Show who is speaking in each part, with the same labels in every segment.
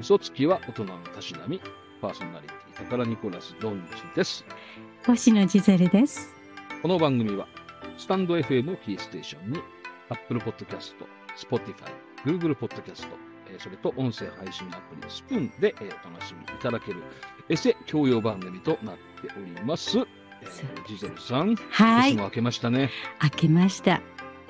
Speaker 1: 嘘つきは大人のたしなみ。パーソナリティ、宝ニコラス・ドンジです。
Speaker 2: 星野ジゼルです。
Speaker 1: この番組は、スタンド FM をキーステーションに、Apple Podcast、Spotify、Google Podcast、えーそれと音声配信アプリスプーンで、えーお楽しみいただけるエセ教養番組となっております。え
Speaker 2: そう
Speaker 1: ー、ジゼルさん、
Speaker 2: はい
Speaker 1: 年も。明けましたね。
Speaker 2: 開けました。ね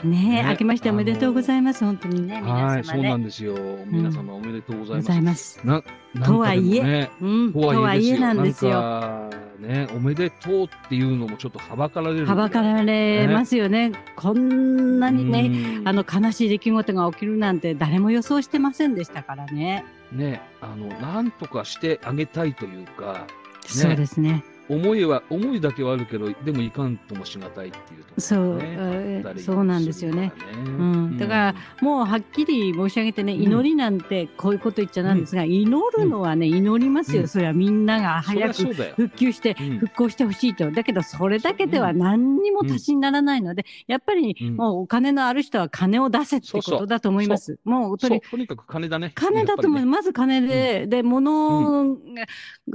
Speaker 1: ね
Speaker 2: え、開けましておめでとうございます。本当にね、
Speaker 1: は
Speaker 2: 皆
Speaker 1: い、そ
Speaker 2: 様
Speaker 1: うな
Speaker 2: ね。
Speaker 1: んですよ。皆様おめでとうござい
Speaker 2: ご
Speaker 1: ます。
Speaker 2: ざいます。
Speaker 1: な、なんかでもね
Speaker 2: とはいうん、
Speaker 1: と
Speaker 2: と
Speaker 1: は
Speaker 2: はいい
Speaker 1: え
Speaker 2: え
Speaker 1: な
Speaker 2: なんん
Speaker 1: で
Speaker 2: ですす
Speaker 1: よ。
Speaker 2: よ。
Speaker 1: なんかね、おめでとうっていうのもちょっとはばかられる。
Speaker 2: はばかられますよね。こんなにね、
Speaker 1: ね
Speaker 2: あの悲しい出来事が起きるなんて誰も予想してませんでしたからね。
Speaker 1: ね、あの、なんとかしてあげたいというか、
Speaker 2: そうですね。
Speaker 1: 思いは、思いだけはあるけど、でもいかんともしがたいっていうところ
Speaker 2: そう、
Speaker 1: ね
Speaker 2: え
Speaker 1: 二人
Speaker 2: ーそうなんですよね。
Speaker 1: るからね。
Speaker 2: んだからもうはっきり申し上げてね、
Speaker 1: うん
Speaker 2: 祈りなんてこういうこと言っちゃなんですが、祈るのはね、祈りますよ。
Speaker 1: うん
Speaker 2: それはみんなが
Speaker 1: そりゃ
Speaker 2: 早く
Speaker 1: そうだよ。
Speaker 2: 復旧して
Speaker 1: うん
Speaker 2: 復興してほしいと。だけど、それだけでは何にも足しにならないので、やっぱり
Speaker 1: うん
Speaker 2: もうお金のある人は金を出せって
Speaker 1: そう
Speaker 2: こ
Speaker 1: そう
Speaker 2: とだと思います。もうと
Speaker 1: そ
Speaker 2: に
Speaker 1: うとにかく金だね。
Speaker 2: 金だと思う。
Speaker 1: やっ
Speaker 2: まず金で、で、物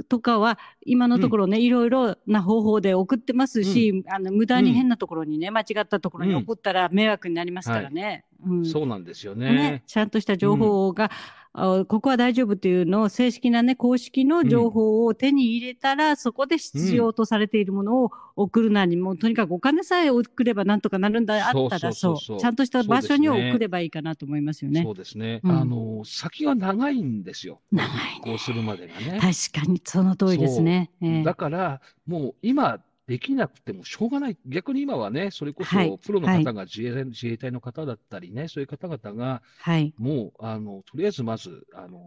Speaker 2: とかは、今のところね、いろいろな方法で送ってますし、あの、無駄に変なところにね、間違ったところに
Speaker 1: うん
Speaker 2: 送ったら迷惑になりますからね。う
Speaker 1: ぱり
Speaker 2: ん
Speaker 1: ね。そうなんですよ
Speaker 2: ね
Speaker 1: ね。、
Speaker 2: ちゃんとした情報が、あここは大丈夫というのを正式なね、公式の情報を手に入れたら、そこで必要とされているものを送るなりも、とにかくお金さえ送ればなんとかなるんだ、あ
Speaker 1: そう
Speaker 2: ったら
Speaker 1: そ
Speaker 2: そうう
Speaker 1: そうそう
Speaker 2: ちゃんとした場所に
Speaker 1: そうですね
Speaker 2: 送ればいいかなと思いますよね。
Speaker 1: そうですね。
Speaker 2: うん
Speaker 1: あの、先が長いんですよ。
Speaker 2: 長い
Speaker 1: こ
Speaker 2: ね
Speaker 1: う。するまでがね。
Speaker 2: 確かにその通りですね。ええ
Speaker 1: だから、もう今、できなくてもしょうがない。逆に今はね、それこ
Speaker 2: は
Speaker 1: そ
Speaker 2: い
Speaker 1: プロの方が自衛,、自衛隊の方だったりね、そういう方々が、
Speaker 2: はい。
Speaker 1: もう、あの、とりあえずまず、あの、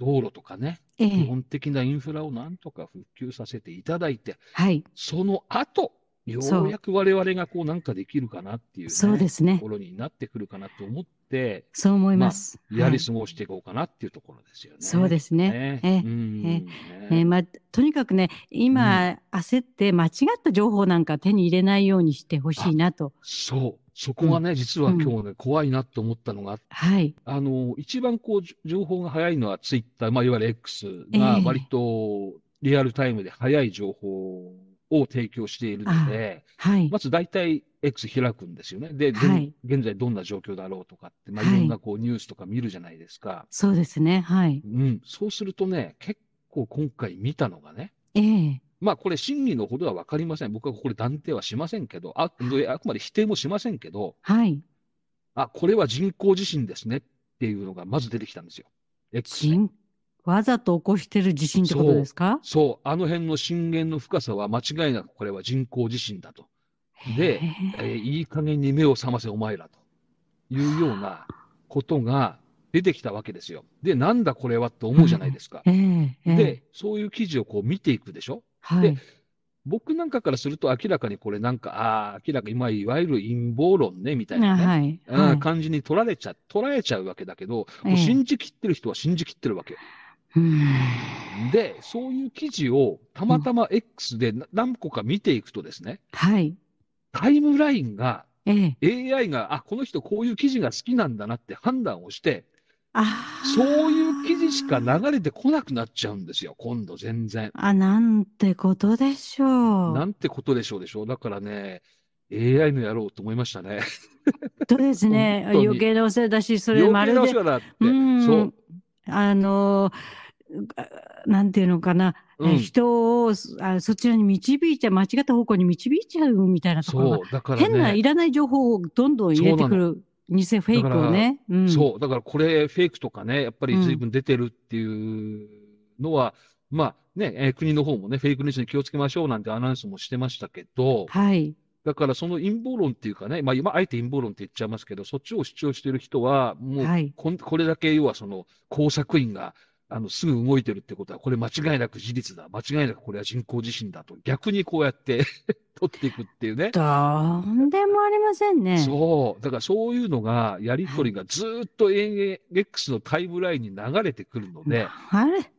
Speaker 1: 道路とかね、
Speaker 2: え
Speaker 1: 基
Speaker 2: え
Speaker 1: 本的なインフラをなんとか復旧させていただいて、
Speaker 2: はい。
Speaker 1: その後、よ
Speaker 2: そう
Speaker 1: うやく我々がこうなんかできるかなっていうね、
Speaker 2: そうですね
Speaker 1: とこ。ろになってくるかなと思って、
Speaker 2: そう思います。
Speaker 1: や
Speaker 2: は
Speaker 1: り
Speaker 2: い
Speaker 1: 過ごしていこうかなっていうところですよね。
Speaker 2: そうですすね。えええー
Speaker 1: ね。
Speaker 2: まあ、とにかくね、今、焦って間違った情報なんか手に入れないようにしてほしいなと。
Speaker 1: そう。そこがね、実は今日ね、怖いなと思ったのがあって
Speaker 2: はい。
Speaker 1: あの、一番こう、じょ情報が早いのはツイッター、まあ、いわゆる X が
Speaker 2: ええ
Speaker 1: 割とリアルタイムで早い情報を提供しているので、
Speaker 2: はい。
Speaker 1: まず大体 X 開くんですよね。で、現
Speaker 2: はい
Speaker 1: 現在どんな状況だろうとかって、まあ、い
Speaker 2: はい
Speaker 1: ろんなこうニュースとか見るじゃないですか。
Speaker 2: そうですね。はい。
Speaker 1: うん。そうするとね、結構今回見たのがね、
Speaker 2: ええ
Speaker 1: まあこれ真偽のほどはわかりません。僕はこれ断定はしませんけど、あ、であくまで否定もしませんけど、
Speaker 2: はい。
Speaker 1: あ、これは人工地震ですねっていうのがまず出てきたんですよ。X で。
Speaker 2: 人、わざと起こしてる地震ってことですか
Speaker 1: そう、あの辺の震源の深さは間違いなくこれは人工地震だと。で、
Speaker 2: へ
Speaker 1: えーいい加減に目を覚ませお前らというようなことが出てきたわけですよ。で、なんだこれはって思うじゃないですか
Speaker 2: え。ええええ
Speaker 1: で、そういう記事をこう見ていくでしょ
Speaker 2: は
Speaker 1: で
Speaker 2: い。
Speaker 1: 僕なんかからすると明らかにこれなんか、ああー、明らかに、まあ、いわゆる陰謀論ね、みたいなね、
Speaker 2: はい。
Speaker 1: うん
Speaker 2: はい
Speaker 1: 感じに取られちゃ、捉えちゃうわけだけど、
Speaker 2: え
Speaker 1: もう
Speaker 2: え
Speaker 1: 信じきってる人は信じきってるわけよ。
Speaker 2: うん
Speaker 1: で、そういう記事をたまたま X でな何個か見ていくとですね、
Speaker 2: はい。
Speaker 1: タイムラインが
Speaker 2: ええ
Speaker 1: AI が、あ、この人こういう記事が好きなんだなって判断をして、
Speaker 2: ああ。
Speaker 1: そういう記事しか流れてこなくなっちゃうんですよ、今度全然。
Speaker 2: あ、なんてことでしょう。
Speaker 1: なんてことでしょうでしょう。だからね、AI のやろうと思いましたね。
Speaker 2: とですね、
Speaker 1: 本当に
Speaker 2: 余計なお世話だし、それ
Speaker 1: 余
Speaker 2: ま
Speaker 1: 計
Speaker 2: る
Speaker 1: なお
Speaker 2: で
Speaker 1: 世話だって。
Speaker 2: うん
Speaker 1: そう。
Speaker 2: あのーあなんていうのかな、え
Speaker 1: うん
Speaker 2: 人をそあそちらに導いちゃう、間違った方向に導いちゃうみたいなところが、
Speaker 1: そう、だから
Speaker 2: 変ない
Speaker 1: ね、
Speaker 2: らない情報をどんどん入れてくる、偽フェイクをね。うん、
Speaker 1: そう、だからこれ、フェイクとかね、やっぱり随分出てるっていうのは、まあね、えー国の方もね、フェイクニュースに気をつけましょうなんてアナウンスもしてましたけど、
Speaker 2: はい。
Speaker 1: だからその陰謀論っていうかね、まあ今、あえて陰謀論って言っちゃいますけど、そっちを主張してる人は、もう
Speaker 2: はい
Speaker 1: こん、これだけ要はその工作員が、あの、すぐ動いてるってことは、これ間違いなく事実だ。間違いなくこれは人工地震だと、逆にこうやって 取っていくっていうね。
Speaker 2: どんでもありませんね。
Speaker 1: そう。だからそういうのが、やりとりがずーっと AX のタイムラインに流れてくるので、
Speaker 2: あれ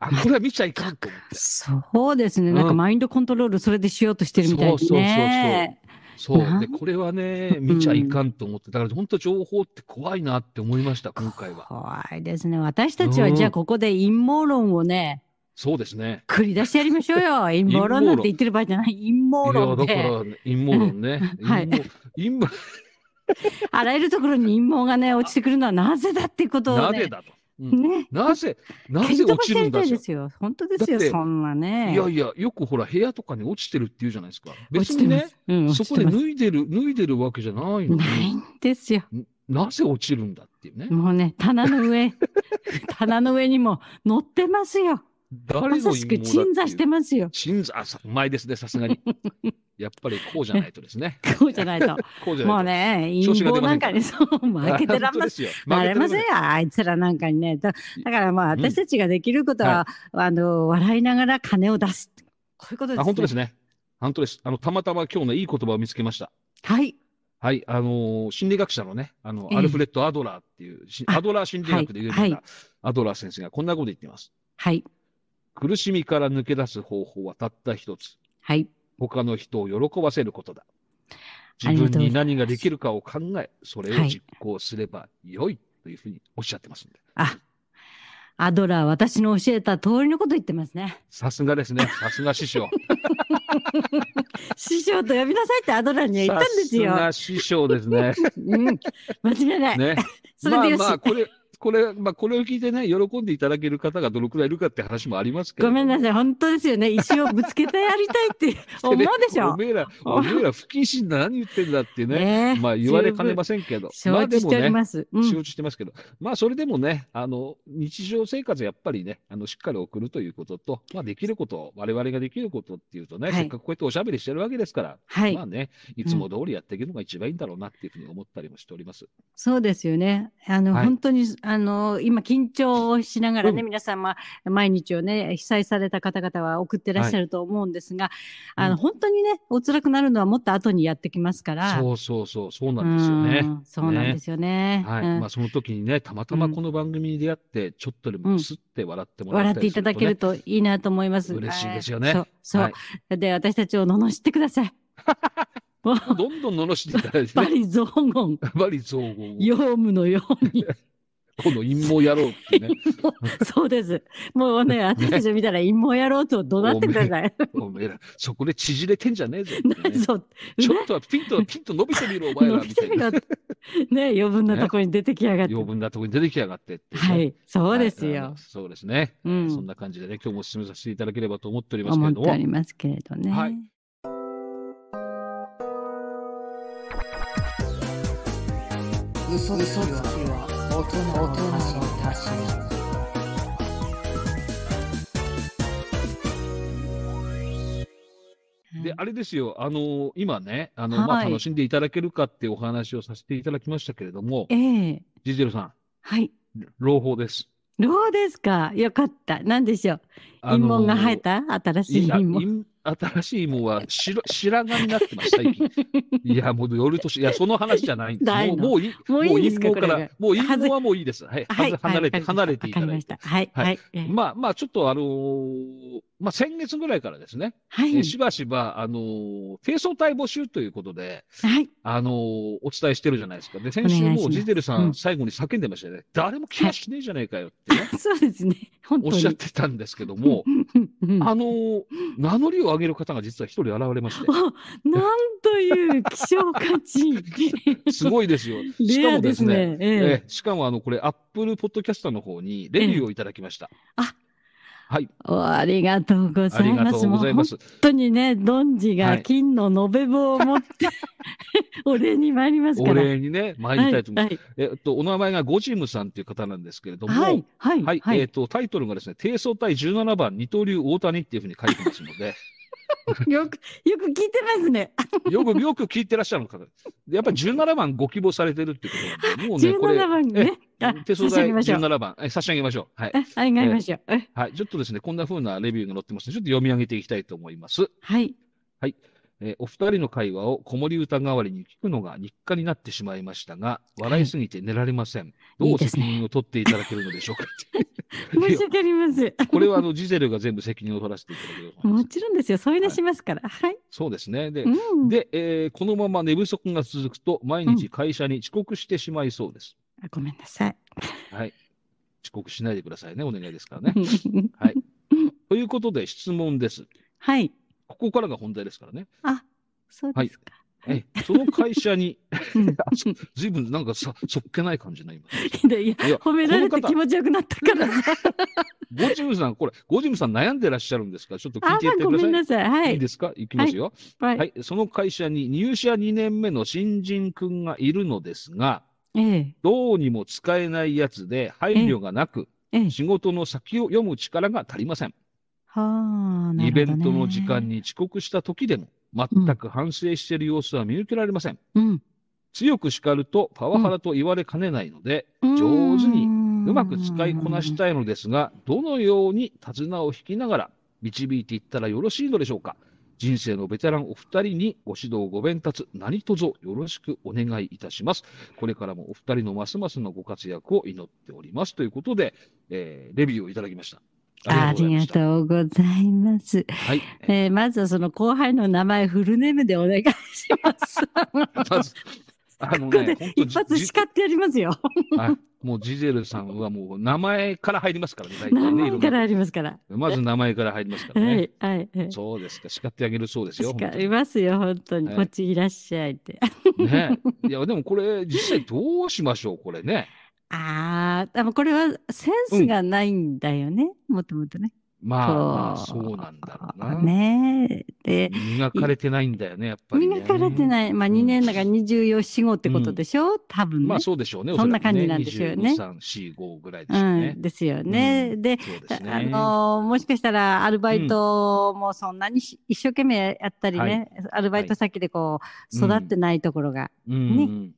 Speaker 1: あ、これは見ちゃいかんと思って。
Speaker 2: そうですね。なん
Speaker 1: う
Speaker 2: か
Speaker 1: ん
Speaker 2: マインドコントロールそれでしようとしてるみたいですね。
Speaker 1: そう。
Speaker 2: な
Speaker 1: で、これはね、見ちゃいかんと思って、だから本当情報って怖いなって思いました、今回は。
Speaker 2: 怖いですね。私たち
Speaker 1: う
Speaker 2: は
Speaker 1: ん
Speaker 2: じゃあここで陰謀論をね、
Speaker 1: そうですね。
Speaker 2: 繰り出してやりましょうよ。陰謀論なんて言ってる場合じゃない。陰
Speaker 1: い
Speaker 2: 謀
Speaker 1: や、
Speaker 2: 論
Speaker 1: だ
Speaker 2: で。
Speaker 1: から陰謀論ね。
Speaker 2: うんはい
Speaker 1: 陰謀、陰謀、
Speaker 2: あらゆるところに陰謀がね、落ちてくるのはなぜだってことを
Speaker 1: なぜ
Speaker 2: ね。
Speaker 1: だと。うん
Speaker 2: ね。
Speaker 1: なぜ、な
Speaker 2: 蹴り
Speaker 1: ぜ
Speaker 2: 飛
Speaker 1: 落
Speaker 2: ばし
Speaker 1: ち
Speaker 2: て
Speaker 1: る
Speaker 2: み
Speaker 1: んだ
Speaker 2: たい
Speaker 1: と
Speaker 2: ですよ。本当ですよ、
Speaker 1: だって
Speaker 2: そんないね。
Speaker 1: やいや、よくほら、部屋とかに落ちてるっていうじゃないですか。別
Speaker 2: 落ちて
Speaker 1: に
Speaker 2: ま
Speaker 1: ね
Speaker 2: す、。うん、落
Speaker 1: そ
Speaker 2: ち
Speaker 1: こ
Speaker 2: て
Speaker 1: で
Speaker 2: ます。
Speaker 1: 脱いでる、脱いでるわけじゃないのに
Speaker 2: ないんですよ。
Speaker 1: なぜ落ちるんだっていうね。
Speaker 2: もうね、棚の上、 棚の上にも乗ってますよ。
Speaker 1: 誰
Speaker 2: ま
Speaker 1: の
Speaker 2: さ
Speaker 1: 陰謀だっ
Speaker 2: しく
Speaker 1: て
Speaker 2: 鎮座し
Speaker 1: い
Speaker 2: て
Speaker 1: う。
Speaker 2: ますよ。
Speaker 1: 鎮座、あ、さうまいですね、さす がに。やっぱりこうじ ゃないとですね。
Speaker 2: こうじゃないと。
Speaker 1: こうじゃ
Speaker 2: も
Speaker 1: な
Speaker 2: う
Speaker 1: い
Speaker 2: ね、
Speaker 1: 調
Speaker 2: 陰
Speaker 1: 子が出
Speaker 2: 謀
Speaker 1: ま
Speaker 2: な
Speaker 1: せん
Speaker 2: ん
Speaker 1: か
Speaker 2: からにそう、
Speaker 1: と。
Speaker 2: 負けてらんま
Speaker 1: で
Speaker 2: せ
Speaker 1: すよ。
Speaker 2: ん。なれません
Speaker 1: 負
Speaker 2: よ
Speaker 1: け、
Speaker 2: あいつらなんかにね。だだからまあ、
Speaker 1: うん
Speaker 2: 私たちができることは、あの、笑いながら金を出す。こういうこと
Speaker 1: て
Speaker 2: です、
Speaker 1: らんませんあ、本当で
Speaker 2: ね。
Speaker 1: すね。本当です。あの、たまたま今日のいい言葉を見つけました。
Speaker 2: はい。
Speaker 1: はい、あのー心理学者のね、あの、
Speaker 2: ええ
Speaker 1: アルフレッド・アドラーっていう、し
Speaker 2: あ
Speaker 1: アドラー心理学で有名
Speaker 2: はいは
Speaker 1: なアドラー先生がこんなこと言ってます。
Speaker 2: はい。
Speaker 1: 苦しみから抜け出す方法はたった一つ。
Speaker 2: はい。
Speaker 1: 他の人を喜ばせることだ。
Speaker 2: あ
Speaker 1: 自
Speaker 2: りがと
Speaker 1: 分
Speaker 2: うございます
Speaker 1: に何ができるかを考え、それ
Speaker 2: は
Speaker 1: を
Speaker 2: い
Speaker 1: 実行すればよいというふうにおっしゃってますんで。
Speaker 2: あ、アドラー、私の教えた通りのこと言ってま すね。
Speaker 1: さすがですね。さすが師匠。
Speaker 2: 師匠と呼びな さいってアドラーには言ったんですよ。
Speaker 1: さすが師匠です ね。
Speaker 2: うん。間違いない。
Speaker 1: ね。
Speaker 2: それでよし。
Speaker 1: まあまあ、これ、これ、まあ、これを聞いてね、喜んでいただける方がどのくらいいるかって話もありますけど。
Speaker 2: ごめんな
Speaker 1: さ
Speaker 2: さい、本当ですよね。石をぶつけてやりたいって思うでしょ
Speaker 1: お。めえら、おめえら不謹慎だ、何言ってんだって ね。
Speaker 2: ねえ
Speaker 1: まあ、言われかねませんけど。
Speaker 2: 十分承知しており
Speaker 1: まあ
Speaker 2: ます。う
Speaker 1: でもね、
Speaker 2: ん
Speaker 1: 承知してますけど、まあ、それでもね、あの、日常生活やっぱりね、あの、しっかり送るということと、まあ、できることを、我々ができることっていうとね、
Speaker 2: はい
Speaker 1: せっかくこうやっておしゃべりしてるわけですから、
Speaker 2: はい
Speaker 1: まあ、ね、いつも通りやっていくのが一番いいんだろうなっていうふうに思ったりもしております。
Speaker 2: そうですよね。あの、
Speaker 1: はい
Speaker 2: 本当に、あの、今緊張をしながらね、
Speaker 1: うん
Speaker 2: 皆さん、まあ、毎日をね、被災された方々は送ってらっしゃると思うんですが、あ
Speaker 1: う
Speaker 2: の、
Speaker 1: ん
Speaker 2: 本当にね、お辛くなるのはもっと後にやってきますから。
Speaker 1: そうそうそう、そうなんですよね。
Speaker 2: うんそうなんですよね。
Speaker 1: はい。
Speaker 2: うん
Speaker 1: まあ、その時にね、たまたまこの番組に出会って、ちょっとでもくすって笑ってもら
Speaker 2: 笑
Speaker 1: っ
Speaker 2: ったて
Speaker 1: り
Speaker 2: い
Speaker 1: す
Speaker 2: た
Speaker 1: ると、ね。
Speaker 2: だけるといいなと思います。
Speaker 1: 嬉しいですよね
Speaker 2: はいそう。
Speaker 1: はい
Speaker 2: そうで、私たちを罵ってくだ さい。もう、
Speaker 1: どんどん罵っていただいて
Speaker 2: バ
Speaker 1: ね、
Speaker 2: リ雑言、
Speaker 1: バリ造語を、
Speaker 2: ヨウムのよう に。
Speaker 1: この陰謀やろうって ね、
Speaker 2: もうそうです。もうね、私たちを見たら陰謀やろうと怒鳴ってください。
Speaker 1: おめえら、そこで縮れてんじゃねえぞってね、
Speaker 2: 何ぞ、
Speaker 1: ちょっとはピンと、ピンと伸びてみろ、お前ら、
Speaker 2: 伸
Speaker 1: み
Speaker 2: び
Speaker 1: た
Speaker 2: て
Speaker 1: い
Speaker 2: み
Speaker 1: な。
Speaker 2: ろって。 ね、余分なとこに出てきやがって。
Speaker 1: 余分なところに出てきやがってってね、
Speaker 2: はい、そうです
Speaker 1: はいあ
Speaker 2: よ
Speaker 1: の。そうですね。
Speaker 2: う
Speaker 1: そん
Speaker 2: ん。
Speaker 1: な感じでね、今日も進めさせていただければと思っておりますけ
Speaker 2: 思
Speaker 1: れ
Speaker 2: っ
Speaker 1: ど
Speaker 2: てお
Speaker 1: も。
Speaker 2: りますけれどね。
Speaker 1: はい
Speaker 3: 嘘つきは大人のたしな
Speaker 2: はい
Speaker 1: で、あれですよ、あの今ね、あの、まあ、
Speaker 2: はい
Speaker 1: 楽しんでいただけるかっていうお話をさせていただきましたけれども、
Speaker 2: ええ。
Speaker 1: ジゼルさ
Speaker 2: はい。
Speaker 1: ん、朗報です。
Speaker 2: どうですかよかった。なんでしょう。
Speaker 1: あ
Speaker 2: 陰
Speaker 1: の
Speaker 2: 謀が生えた新しい
Speaker 1: いや、
Speaker 2: 陰謀。
Speaker 1: 陰新しい芋は白白髪になってます、最近。いや、もう夜年、いや、その話じゃないんです。
Speaker 2: ない
Speaker 1: もう
Speaker 2: の
Speaker 1: もういい、
Speaker 2: もういいですか
Speaker 1: もう陰謀か
Speaker 2: これ
Speaker 1: ら
Speaker 2: が、
Speaker 1: もう陰
Speaker 2: はず
Speaker 1: 謀はもういいです。はい、はず離れて、離れていた
Speaker 2: わか
Speaker 1: だ
Speaker 2: りま
Speaker 1: い。
Speaker 2: してた。はい。
Speaker 1: は
Speaker 2: はい。ええ
Speaker 1: まあ、まあ、ちょっとあのーまあ、先月ぐらいからですね、
Speaker 2: は
Speaker 1: え
Speaker 2: い。
Speaker 1: しばしば、あのー低層体募集ということで、
Speaker 2: はい。
Speaker 1: あのーお伝えしてるじゃないですか。で、先週
Speaker 2: お願いし
Speaker 1: も
Speaker 2: ま
Speaker 1: う
Speaker 2: す
Speaker 1: ジゼルさ
Speaker 2: うんん
Speaker 1: 最後に叫んでましたよね。誰も気がしねえじゃねえかよってね、
Speaker 2: そうですね。本当
Speaker 1: おっ
Speaker 2: に。
Speaker 1: しゃってたんですけども、
Speaker 2: うんうん
Speaker 1: あのー名乗りを上げる方が実は一人現れまして、
Speaker 2: あなんという希少価値。
Speaker 1: すごいですよ。 し
Speaker 2: レ
Speaker 1: か
Speaker 2: ア
Speaker 1: も
Speaker 2: で
Speaker 1: ですすね、
Speaker 2: ね。
Speaker 1: え
Speaker 2: ええ
Speaker 1: えしかもあの、これ、アップルポッドキャスターの方にレビューをいただきました。
Speaker 2: あ
Speaker 1: はい、
Speaker 2: おありがとうござ
Speaker 1: あ
Speaker 2: い
Speaker 1: りが
Speaker 2: ま
Speaker 1: と
Speaker 2: す。
Speaker 1: う
Speaker 2: も
Speaker 1: ご
Speaker 2: う
Speaker 1: ざいま
Speaker 2: 本
Speaker 1: す。
Speaker 2: 当にね、ドンジ
Speaker 1: は
Speaker 2: が
Speaker 1: い
Speaker 2: 金の延べ棒を持 って、お礼に参りますか
Speaker 1: お
Speaker 2: ら。
Speaker 1: 礼にね、参り
Speaker 2: はい
Speaker 1: たいと思います。
Speaker 2: はい
Speaker 1: えっと、お名前がゴジムさんという方なんですけれども、
Speaker 2: はい。はい。
Speaker 1: はい、
Speaker 2: は
Speaker 1: えっ、
Speaker 2: い。
Speaker 1: と、タイトルがですね、低層対17番、二刀流大谷っていうふうに書いてますの で、
Speaker 2: よく、よく聞いてま すね。
Speaker 1: よく、よく聞いてらっしゃる方です。でやっぱり17番ご希望されてるってことなんで、もうね、これ
Speaker 2: 17、番ね。あ
Speaker 1: 手相
Speaker 2: 差し上
Speaker 1: 代
Speaker 2: げましょう。
Speaker 1: 17番、え差し上げましょう。はい。
Speaker 2: えあ、いましょう。え
Speaker 1: はい。ちょっとですね、こんな風なレビューが載ってますので、ちょっと読み上げていきたいと思います。
Speaker 2: はい。
Speaker 1: えーお二人の会話を子守歌代わりに聞くのが日課になってしまいましたが、笑いすぎて寝られません。
Speaker 2: い
Speaker 1: ど
Speaker 2: いうです
Speaker 1: 責
Speaker 2: ね
Speaker 1: 任を取っていただけるのでしょうか。
Speaker 2: 申し訳ありません。
Speaker 1: これはあのジゼルが全部責任を取らせていただけると思い
Speaker 2: も
Speaker 1: ます。
Speaker 2: ちろんですよ。添い寝しますから。はい。
Speaker 1: そうですね。で、
Speaker 2: うん。
Speaker 1: で、えーこのまま寝不足が続くと、毎日会社に遅刻してしまいそうです。
Speaker 2: あごめんなさい。
Speaker 1: はい。遅刻しないでくださいね。お願いですから ね。
Speaker 2: は
Speaker 1: はいい。ということで、質問です。
Speaker 2: はい。
Speaker 1: ここからが本題ですからね。
Speaker 2: あ、そうですか。は
Speaker 1: はいい。その会社に、
Speaker 2: うん
Speaker 1: ずいぶんなんかさ、そっけない感じね、今。
Speaker 2: でいや、
Speaker 1: いや
Speaker 2: 褒められ
Speaker 1: こ
Speaker 2: て
Speaker 1: の方
Speaker 2: 気持ちよくなったからさ。
Speaker 1: ゴジムさん、これ、ゴジムさん悩んでらっしゃるんですかちょっと聞
Speaker 2: あ
Speaker 1: いてやっ
Speaker 2: ー、
Speaker 1: て
Speaker 2: ご
Speaker 1: くだ
Speaker 2: め
Speaker 1: さ
Speaker 2: ん
Speaker 1: い。
Speaker 2: なさい。はい
Speaker 1: い
Speaker 2: い。
Speaker 1: ですかいきますよ、
Speaker 2: は
Speaker 1: はい。
Speaker 2: い。
Speaker 1: その会社に入社2年目の新人くんがいるのですが、
Speaker 2: ええ。
Speaker 1: どうにも使えないやつで配慮がなく、
Speaker 2: ええ。
Speaker 1: 仕事の先を読む力が足りません。
Speaker 2: はあ、なる
Speaker 1: イ
Speaker 2: ほどね
Speaker 1: ベントの時間。に遅刻した時でも、全く反省している様子は見受けられません。
Speaker 2: うん。
Speaker 1: 強く叱るとパワハラと言われかねないので、上手に
Speaker 2: に
Speaker 1: うまく使いこなしたいのですが、どのように手綱を引きながら導いていったらよろしいのでしょうか。人生のベテランお二人にご指導ご鞭達何卒よろしくお願いいたします。これからもお二人のますますのご活躍を祈っておりますということで、えーレビューをいただきました。
Speaker 2: ありが
Speaker 1: う
Speaker 2: とうございます。
Speaker 1: ございました。はい。
Speaker 2: えーまずはその後輩の名前、フルネームでお願いします。
Speaker 1: まず、あの
Speaker 2: ここ
Speaker 1: ね
Speaker 2: で、
Speaker 1: 本当
Speaker 2: 一発
Speaker 1: じ
Speaker 2: 叱ってやりますよ。
Speaker 1: はいもうジゼルさんはもう名前から入りますからね、大
Speaker 2: 名
Speaker 1: 体ね。いろ
Speaker 2: 前
Speaker 1: んな
Speaker 2: からありますから。
Speaker 1: まず名前から入りますから
Speaker 2: は
Speaker 1: ね。
Speaker 2: い、はい、はい。
Speaker 1: そうですか、叱ってあげるそうですよ。
Speaker 2: 叱
Speaker 1: 本当
Speaker 2: り
Speaker 1: に
Speaker 2: ますよ、本当に。
Speaker 1: はい
Speaker 2: こっちいらっしゃいって。
Speaker 1: ね、いや、でもこれ、実際どうしましょう、これね。
Speaker 2: ああ、でもこれはセンスがないんだよね、もともとね。
Speaker 1: まあ、まあ
Speaker 2: こ
Speaker 1: そうなんだろうな。
Speaker 2: ねえ。で、
Speaker 1: 磨かれてないんだよね、やっぱり、ね。
Speaker 2: 磨かれてない、まあ2年だから24、4、5ってことでしょ、多分ね。
Speaker 1: まあそうでしょうね。
Speaker 2: そんな
Speaker 1: おらく
Speaker 2: 感じなんですよね
Speaker 1: 22 3、4、5ぐらいですよね
Speaker 2: うん、。ですよね。
Speaker 1: うん
Speaker 2: で、
Speaker 1: そうですね。
Speaker 2: あのーもしかしたらアルバイトもそんなにし一生懸命やったりね、アルバイト先でこう
Speaker 1: はい
Speaker 2: 育ってないところが
Speaker 1: うん
Speaker 2: ね
Speaker 1: うん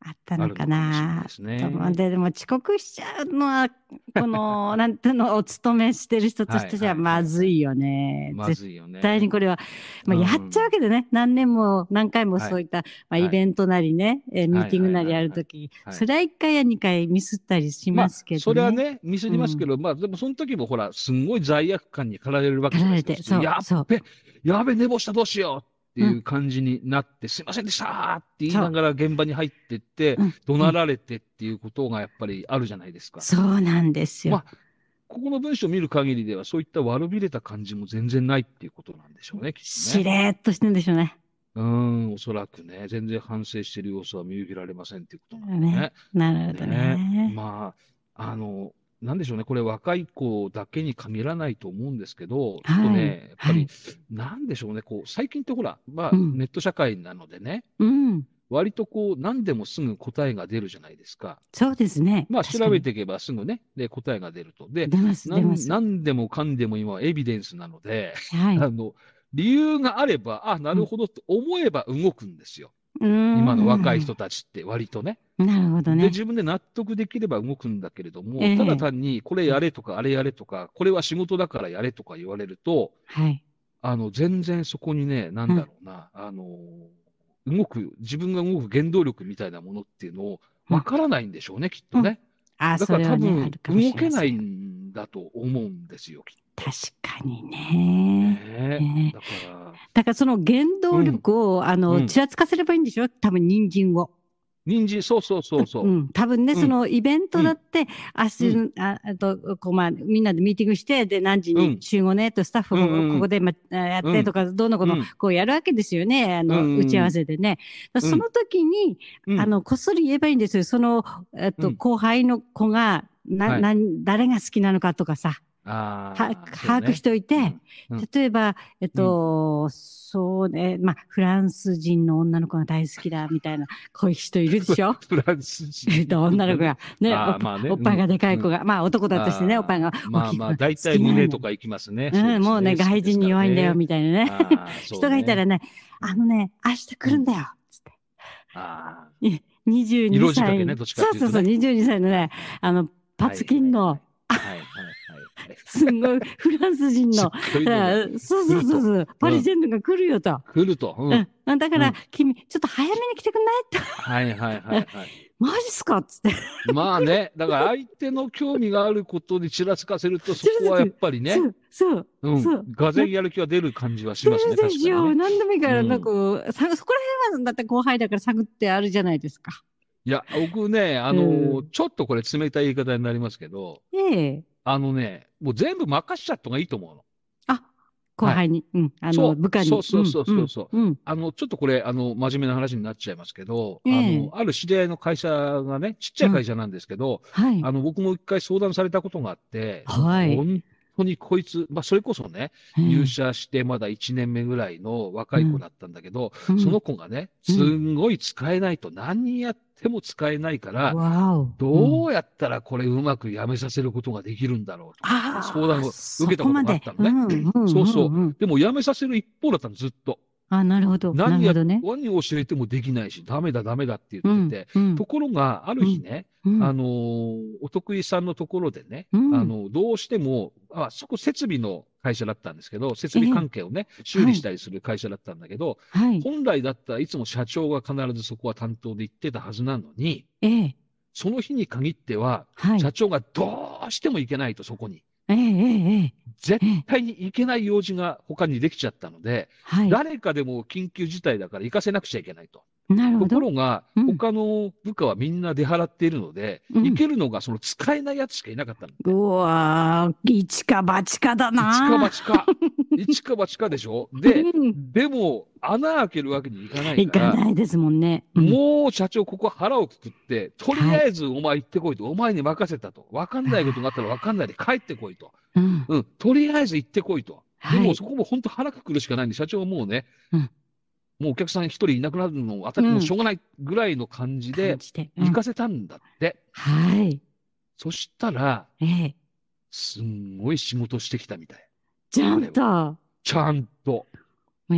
Speaker 2: あった
Speaker 1: あ
Speaker 2: の
Speaker 1: る
Speaker 2: か
Speaker 1: のもしれない
Speaker 2: な
Speaker 1: で。すね。
Speaker 2: と思うんででも遅刻しちゃうのはこのなんていうのお勤めしてる人としてじゃ
Speaker 1: はいはいはい
Speaker 2: まずいよね。
Speaker 1: ま
Speaker 2: 絶
Speaker 1: ずいよね。
Speaker 2: 対にこれは、まあ、
Speaker 1: うん
Speaker 2: やっちゃうけどね、何年も何回も
Speaker 1: はい
Speaker 2: そういった、
Speaker 1: はい
Speaker 2: まあ、イベントなりね、えーミーティングなりやるとき、
Speaker 1: はい
Speaker 2: それは1回や2回ミスったりしますけど、ね
Speaker 1: あ、それはね、ミスりますけど、まあ、でもその時もほら、すんごい罪悪感に駆られるわけじゃ
Speaker 2: ら
Speaker 1: ない
Speaker 2: れ
Speaker 1: で
Speaker 2: て、
Speaker 1: すか。
Speaker 2: そう
Speaker 1: やっ、
Speaker 2: そう。
Speaker 1: やべ、寝坊した、どうしようっていう感じになって、すいませんでしたーって言いながら現場に入ってって、
Speaker 2: うん
Speaker 1: 怒鳴られてっていうことがやっぱりあるじゃないですか。
Speaker 2: そうなんですよ。
Speaker 1: まあ、ここの文章を見る限りでは、そういった悪びれた感じも全然ないっていうことなんでしょうね、きっと
Speaker 2: し
Speaker 1: ね。
Speaker 2: れーっとしてるんでしょうね。
Speaker 1: うーん、おそらくね、全然反省してる様子は見受けられませんっていうことなんで
Speaker 2: ね
Speaker 1: ね。
Speaker 2: なるほどね。
Speaker 1: まあ、あの、なんでしょうね、これ若い子だけに限らないと思うんですけど、
Speaker 2: はい
Speaker 1: ちょっとね、やっぱ
Speaker 2: は
Speaker 1: り、
Speaker 2: い
Speaker 1: なんでしょうね、こう、最近ってほら、まあ、
Speaker 2: うん
Speaker 1: ネット社会なのでね、
Speaker 2: うん。
Speaker 1: 割とこう、何でもすぐ答えが出るじゃないですか。
Speaker 2: そうですね。
Speaker 1: まあ、
Speaker 2: 確
Speaker 1: 調
Speaker 2: かに
Speaker 1: べていけばすぐね、で、答えが出ると。で、
Speaker 2: 出ます、
Speaker 1: な
Speaker 2: 出
Speaker 1: ん
Speaker 2: ます。は
Speaker 1: 何でもかんでも今はエビデンスなので、
Speaker 2: い。
Speaker 1: あの、理由があれば、あ、なるほどって思えば動くんですよ。
Speaker 2: 今
Speaker 1: 今の若い人。たちって割とね。
Speaker 2: なるほど
Speaker 1: で、
Speaker 2: ね。
Speaker 1: 自分で納得できれば動くんだけれども、
Speaker 2: ええ
Speaker 1: ただ単にこれやれとかあれやれとか、これは仕事だからやれとか言われると、
Speaker 2: はい。
Speaker 1: あの、全然そこにね、なんだろうな、あの、動く、自分が動く原動力みたいなものっていうのを、わからないんでしょうね、きっとね。
Speaker 2: あ、
Speaker 1: だ
Speaker 2: そ
Speaker 1: か
Speaker 2: れ
Speaker 1: ら多
Speaker 2: はね、あ
Speaker 1: 分
Speaker 2: る、かもし
Speaker 1: 動
Speaker 2: れ
Speaker 1: け
Speaker 2: ま
Speaker 1: な
Speaker 2: せ
Speaker 1: い
Speaker 2: ん。
Speaker 1: んだと思うんですよ、きっ
Speaker 2: 確かに
Speaker 1: と
Speaker 2: ね。
Speaker 1: ね
Speaker 2: ね。
Speaker 1: だか
Speaker 2: だからその原動力を、あ
Speaker 1: う
Speaker 2: の、
Speaker 1: ん
Speaker 2: ちらつかせればいいんでしょ多分人参を。
Speaker 1: ら、人参、そうそうそうそうう。
Speaker 2: ん、多分ね、
Speaker 1: うん
Speaker 2: そのイベントだって、明日、ああとこう、まあ、みんなでミーティングして、で、何時
Speaker 1: うん
Speaker 2: に集合ね、とスタッフ
Speaker 1: うんうんう
Speaker 2: も
Speaker 1: ん
Speaker 2: ここで、まあ、やってとか、どうのこうの、
Speaker 1: うん
Speaker 2: こうやるわけですよね、あの、
Speaker 1: うんうんうん
Speaker 2: 打ち合わせでね。だからその時に、
Speaker 1: うん
Speaker 2: あの、こっそり言えばいいんですよ。その、えっと、
Speaker 1: うん
Speaker 2: 後輩の子が、な、
Speaker 1: はい
Speaker 2: な誰が好きなのかとかさ、
Speaker 1: あー
Speaker 2: は
Speaker 1: そうね
Speaker 2: 把握しておいて、
Speaker 1: うんうん
Speaker 2: 例えば、えっと、そうね、まあ、フランス人の女の子が大好きだ、みたいな、こういう人いるでしょ
Speaker 1: フランス
Speaker 2: えっ
Speaker 1: 人。
Speaker 2: と、女の子が、ね、
Speaker 1: あー
Speaker 2: おっぱ
Speaker 1: まあね
Speaker 2: おっぱいがでかい子
Speaker 1: うん
Speaker 2: が、まあ男だとしてね、
Speaker 1: あー
Speaker 2: おっぱいが
Speaker 1: ま
Speaker 2: 大
Speaker 1: あ
Speaker 2: きい子
Speaker 1: ま
Speaker 2: が
Speaker 1: あ、大体胸とか行きますね。そう
Speaker 2: う
Speaker 1: です
Speaker 2: ん、もうね、外人に弱いんだよ、。みたいな
Speaker 1: 好
Speaker 2: ね
Speaker 1: きです。からねあーそうね
Speaker 2: 人がいたらね、あのね、明日来るんだよ、つって。
Speaker 1: あ
Speaker 2: 22歳。
Speaker 1: 色仕掛けねどっちかっ
Speaker 2: そ
Speaker 1: て
Speaker 2: う
Speaker 1: いう
Speaker 2: そ
Speaker 1: とね
Speaker 2: うそう、22歳のね、あの、
Speaker 1: ー
Speaker 2: パツキンの、
Speaker 1: はいはいはい。
Speaker 2: すんごい、フランス人
Speaker 1: し っ
Speaker 2: の
Speaker 1: か。りと
Speaker 2: あ
Speaker 1: ね
Speaker 2: そうそうそうそう、パリジェンヌが来るよと。
Speaker 1: 来ると。うん。
Speaker 2: う
Speaker 1: はい
Speaker 2: ん、うんだから、
Speaker 1: うん
Speaker 2: 君、ちょっと早めに来てくんないって、
Speaker 1: はいはいはい。
Speaker 2: マジっすかっつって、
Speaker 1: まあね、だから相手の興味があることにちらつかせると、そこはやっぱりね
Speaker 2: そ、う、そう、
Speaker 1: うん
Speaker 2: そう、
Speaker 1: がぜんやる気は出る感じはしますね、
Speaker 2: そう
Speaker 1: 確
Speaker 2: で
Speaker 1: か
Speaker 2: すよ、
Speaker 1: に、ね。
Speaker 2: 何でもいいから、
Speaker 1: うん
Speaker 2: なんか、さそこら辺は、だって後輩だから探ってあるじゃないですか。
Speaker 1: いや、僕ね、あの
Speaker 2: う
Speaker 1: ちょっとこれ冷たい言い方になりますけど、
Speaker 2: ええ
Speaker 1: あのね、もう全部任しちゃった方がいいと思うの。
Speaker 2: あ、後輩に、うん、あ
Speaker 1: そ
Speaker 2: の、
Speaker 1: う
Speaker 2: 部下に。
Speaker 1: そうそうそうそうそ
Speaker 2: うん。うん
Speaker 1: あの、ちょっとこれ、あの、真面目な話になっちゃいますけど、
Speaker 2: ええ
Speaker 1: あの、ある知り合いの会社がね、ちっちゃい会社なんですけど、
Speaker 2: はい
Speaker 1: あ。の、僕も一回相談されたことがあって、
Speaker 2: はい
Speaker 1: 本当にこいつ、まあ、それこそね、入社してまだ1年目ぐらいの若い子だったんだけど、
Speaker 2: うん
Speaker 1: その子がね、
Speaker 2: うん
Speaker 1: すんごい使えないと何やっても使えないから、
Speaker 2: わお。
Speaker 1: ど
Speaker 2: うん
Speaker 1: うやったらこれうまくやめさせることができるんだろうと。
Speaker 2: あー
Speaker 1: 相談を受けたことがあったのね
Speaker 2: そこまでうんん
Speaker 1: そうそうん
Speaker 2: ん
Speaker 1: でもやめさせる一方だったの、ずっと。
Speaker 2: あ、なるほど。な
Speaker 1: 何
Speaker 2: る
Speaker 1: や
Speaker 2: ほどね。
Speaker 1: 何を教えてもできないし、ダメだ、ダメだって
Speaker 2: う
Speaker 1: 言っ
Speaker 2: ん
Speaker 1: てて、
Speaker 2: うん
Speaker 1: ところが、ある日ね、
Speaker 2: うん
Speaker 1: あのーお得意さんのところでね、
Speaker 2: うん
Speaker 1: あのどうしても、あそこ設備の会社だったんですけど、設備関係をね、修理したりする会社だったんだけど、
Speaker 2: はい。
Speaker 1: 本来だったらいつも社長が必ずそこは担当で行ってたはずなのに、
Speaker 2: ええ。
Speaker 1: その日に限っては、
Speaker 2: はい。
Speaker 1: 社長がどうしても行けないと、そこに。
Speaker 2: ええええ。
Speaker 1: 絶
Speaker 2: ええ。
Speaker 1: 対に行けない用事が他にできちゃったので、
Speaker 2: はい。
Speaker 1: 誰かでも緊急事態だから行かせなくちゃいけないと。
Speaker 2: なるほ
Speaker 1: とこ
Speaker 2: ど。
Speaker 1: ろが、
Speaker 2: うん
Speaker 1: 他の部下はみんな出払っているので、
Speaker 2: うん
Speaker 1: 行けるのがその使えないやつしかいなかったの。
Speaker 2: うわー、一か八かだな。
Speaker 1: 一か八か。一か八かでし ょで、
Speaker 2: うん
Speaker 1: でも、穴開けるわけにいかない
Speaker 2: い
Speaker 1: か、
Speaker 2: からないですもんね。うん
Speaker 1: もう社長、ここ腹をくくって、とりあえずお前行ってこいと、お前に任せたと。わかんないことがあったらわかんないで帰ってこいと。
Speaker 2: うん。
Speaker 1: うん、とりあえず行ってこいと。で
Speaker 2: は
Speaker 1: も
Speaker 2: い
Speaker 1: そ。こも本当腹くくるしかないんで、社長はもうね、
Speaker 2: うん
Speaker 1: もうお客さん一人いなくなるの当たり
Speaker 2: うん
Speaker 1: もうしょうがないぐらいの感じで
Speaker 2: 感、じてうん
Speaker 1: 行かせたんだって。
Speaker 2: はい。
Speaker 1: そしたら、
Speaker 2: ええ。
Speaker 1: すんごい仕事してきたみたい。
Speaker 2: ちゃんと。
Speaker 1: ちゃんと。
Speaker 2: え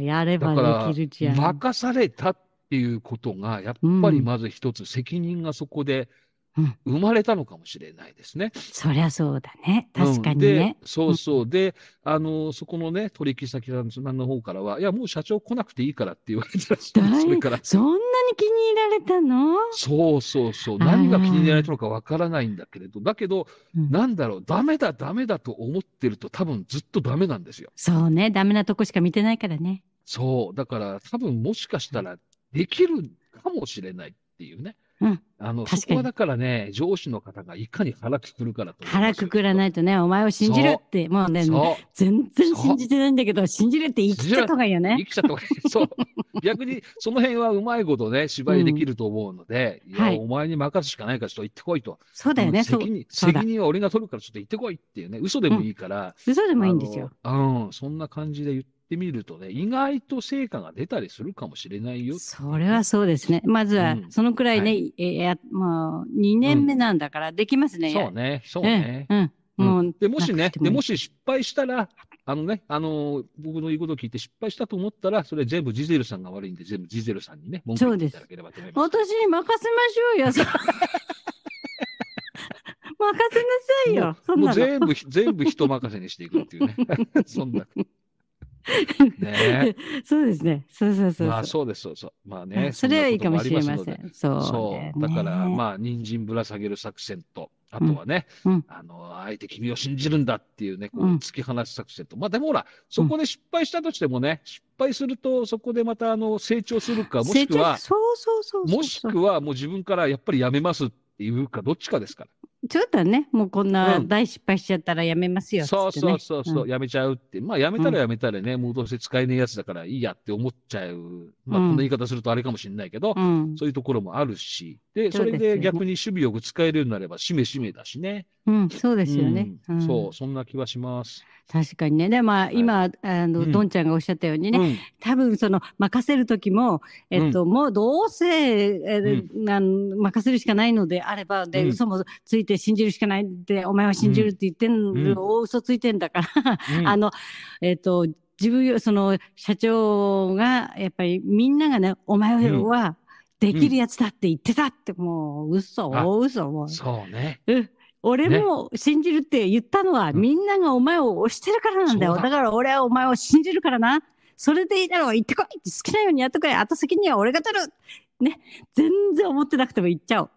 Speaker 2: え、やれ
Speaker 1: だから
Speaker 2: ばできるじゃん。
Speaker 1: 任されたっていうことが、やっぱりまず一つ責任がそこで
Speaker 2: うん
Speaker 1: 生まれたのかもしれないですね。
Speaker 2: そりゃそうだね。確かに
Speaker 1: で
Speaker 2: ね。、
Speaker 1: そうそう。で、あの、そこのね、取引先さんの方からは、いや、もう社長来なくていいからって言われたらしいんですそれから。
Speaker 2: そんなに気に入られたの
Speaker 1: そうそうそう。
Speaker 2: あー
Speaker 1: 何が気に入られたのかわからないんだけれど、だけど、
Speaker 2: うん
Speaker 1: なんだろう、ダメだ、ダメだと思ってると多分ずっとダメなんですよ。
Speaker 2: そうね。ダメなとこしか見てないからね。
Speaker 1: そう。だから多分もしかしたらできるかもしれないっていうね。
Speaker 2: うん
Speaker 1: あの、
Speaker 2: 確かに
Speaker 1: そこはだからね、上司の方がいかに腹くくるからと思いますよ
Speaker 2: 腹くくらないとね、お前を信じるって、もうね、
Speaker 1: そう。
Speaker 2: 全然信じてないんだけど、信じるって言い切っちゃった方がいいよ
Speaker 1: 生
Speaker 2: ね。
Speaker 1: きちゃった方がい い。そう。逆に、その辺はうまいことね、芝居できると思うので、いや、
Speaker 2: はい
Speaker 1: お前に任すしかないからちょっと行ってこいと。
Speaker 2: そうだよね。
Speaker 1: うん
Speaker 2: そう
Speaker 1: 責任、
Speaker 2: そうだ
Speaker 1: 責。任は俺が取るからちょっと行ってこいっていうね、嘘でもいいから、
Speaker 2: 嘘でもいいんですよ。
Speaker 1: あの。うん、そんな感じで言ってみるとね、意外と成果が出たりするかもしれないよ。
Speaker 2: それはそうですね。まずは
Speaker 1: う、ん
Speaker 2: そのくらいね、
Speaker 1: は
Speaker 2: えーや、もう、2年目なんだから、できますね。
Speaker 1: そうね、そう
Speaker 2: う
Speaker 1: ね
Speaker 2: ん。。うん。もう、
Speaker 1: で、もしね、で、もし
Speaker 2: し、
Speaker 1: 失敗したら、あのね、あのー僕の言うことを聞いて失敗したと思ったら、それ全部ジゼルさんが悪いんで、全部ジゼルさんにね、文句言っていただければと思います。
Speaker 2: 私に任せましょ うよ。そ任せなさいよ。そん
Speaker 1: もう
Speaker 2: なの。
Speaker 1: 全部、全部人任せにしていくって いうね。そんな。ね
Speaker 2: そうですね。そうそうそうそう。
Speaker 1: まあそうです、そうそう。まあ
Speaker 2: う
Speaker 1: ね。
Speaker 2: んそれはいいかもしれ
Speaker 1: そんな
Speaker 2: ま
Speaker 1: こと
Speaker 2: せ
Speaker 1: もあり
Speaker 2: ん。そう,、
Speaker 1: ますので。そう。だから、まあ、人参ぶら下げる作戦と、あとはね、
Speaker 2: うんうん
Speaker 1: あの、あえて君を信じるんだっていうね、こう、
Speaker 2: うん
Speaker 1: 突き放す作戦と。まあでもほら、そこで失敗したとしてもね、失敗すると、そこでまた、あの、成長するか、もしくは、
Speaker 2: そうそうそうそう。
Speaker 1: もしくは、もう自分からやっぱりやめますっていうか、どっちかですから。
Speaker 2: ちょっとね、もうこんな
Speaker 1: うん
Speaker 2: 大失敗しちゃったらやめますよ、
Speaker 1: そう
Speaker 2: つって
Speaker 1: そ
Speaker 2: ね
Speaker 1: うそうそう、
Speaker 2: う
Speaker 1: やめちゃうって。まあ、やめたらやめたらね、もうどうせ使えねえやつだからいいやって思っちゃう。まあ、
Speaker 2: うん
Speaker 1: こんな言い方するとあれかもしれないけど、
Speaker 2: うん。
Speaker 1: そういうところもあるし、で、そ
Speaker 2: そう
Speaker 1: れ
Speaker 2: ですよ
Speaker 1: で
Speaker 2: ね
Speaker 1: 逆に守備よく使えるようになれば、しめしめだしね。
Speaker 2: うん、そうですよね。
Speaker 1: うん
Speaker 2: うん
Speaker 1: そう、そんな気はします。
Speaker 2: 確かにね。で、まあ、
Speaker 1: い
Speaker 2: 今、あの、
Speaker 1: うん
Speaker 2: どんちゃんがおっしゃったようにね、
Speaker 1: うん
Speaker 2: 多分その任せる時も、えっと、もうどうせ、えーなん任せるしかないのであれば、で、
Speaker 1: うん
Speaker 2: 嘘もついて信じるしかないで、お前は信じるって言ってん
Speaker 1: うん
Speaker 2: 大嘘ついてんだから、
Speaker 1: うん
Speaker 2: あの、えっと、自分よ、その社長が、やっぱりみんながね、お前
Speaker 1: うん
Speaker 2: はできるやつだって言ってたって、もう嘘、
Speaker 1: あ
Speaker 2: 大嘘、もう。
Speaker 1: そうね。
Speaker 2: うん俺も信じるって言ったのは、
Speaker 1: うん
Speaker 2: みんながお前を押してるからなんだよ。
Speaker 1: そうだ
Speaker 2: だから俺はお前を信じるからな。それでいいだろう。行ってこいって好きなようにやっとくれ。後先には俺が取る。ね。全然思ってなくても行っちゃおう。か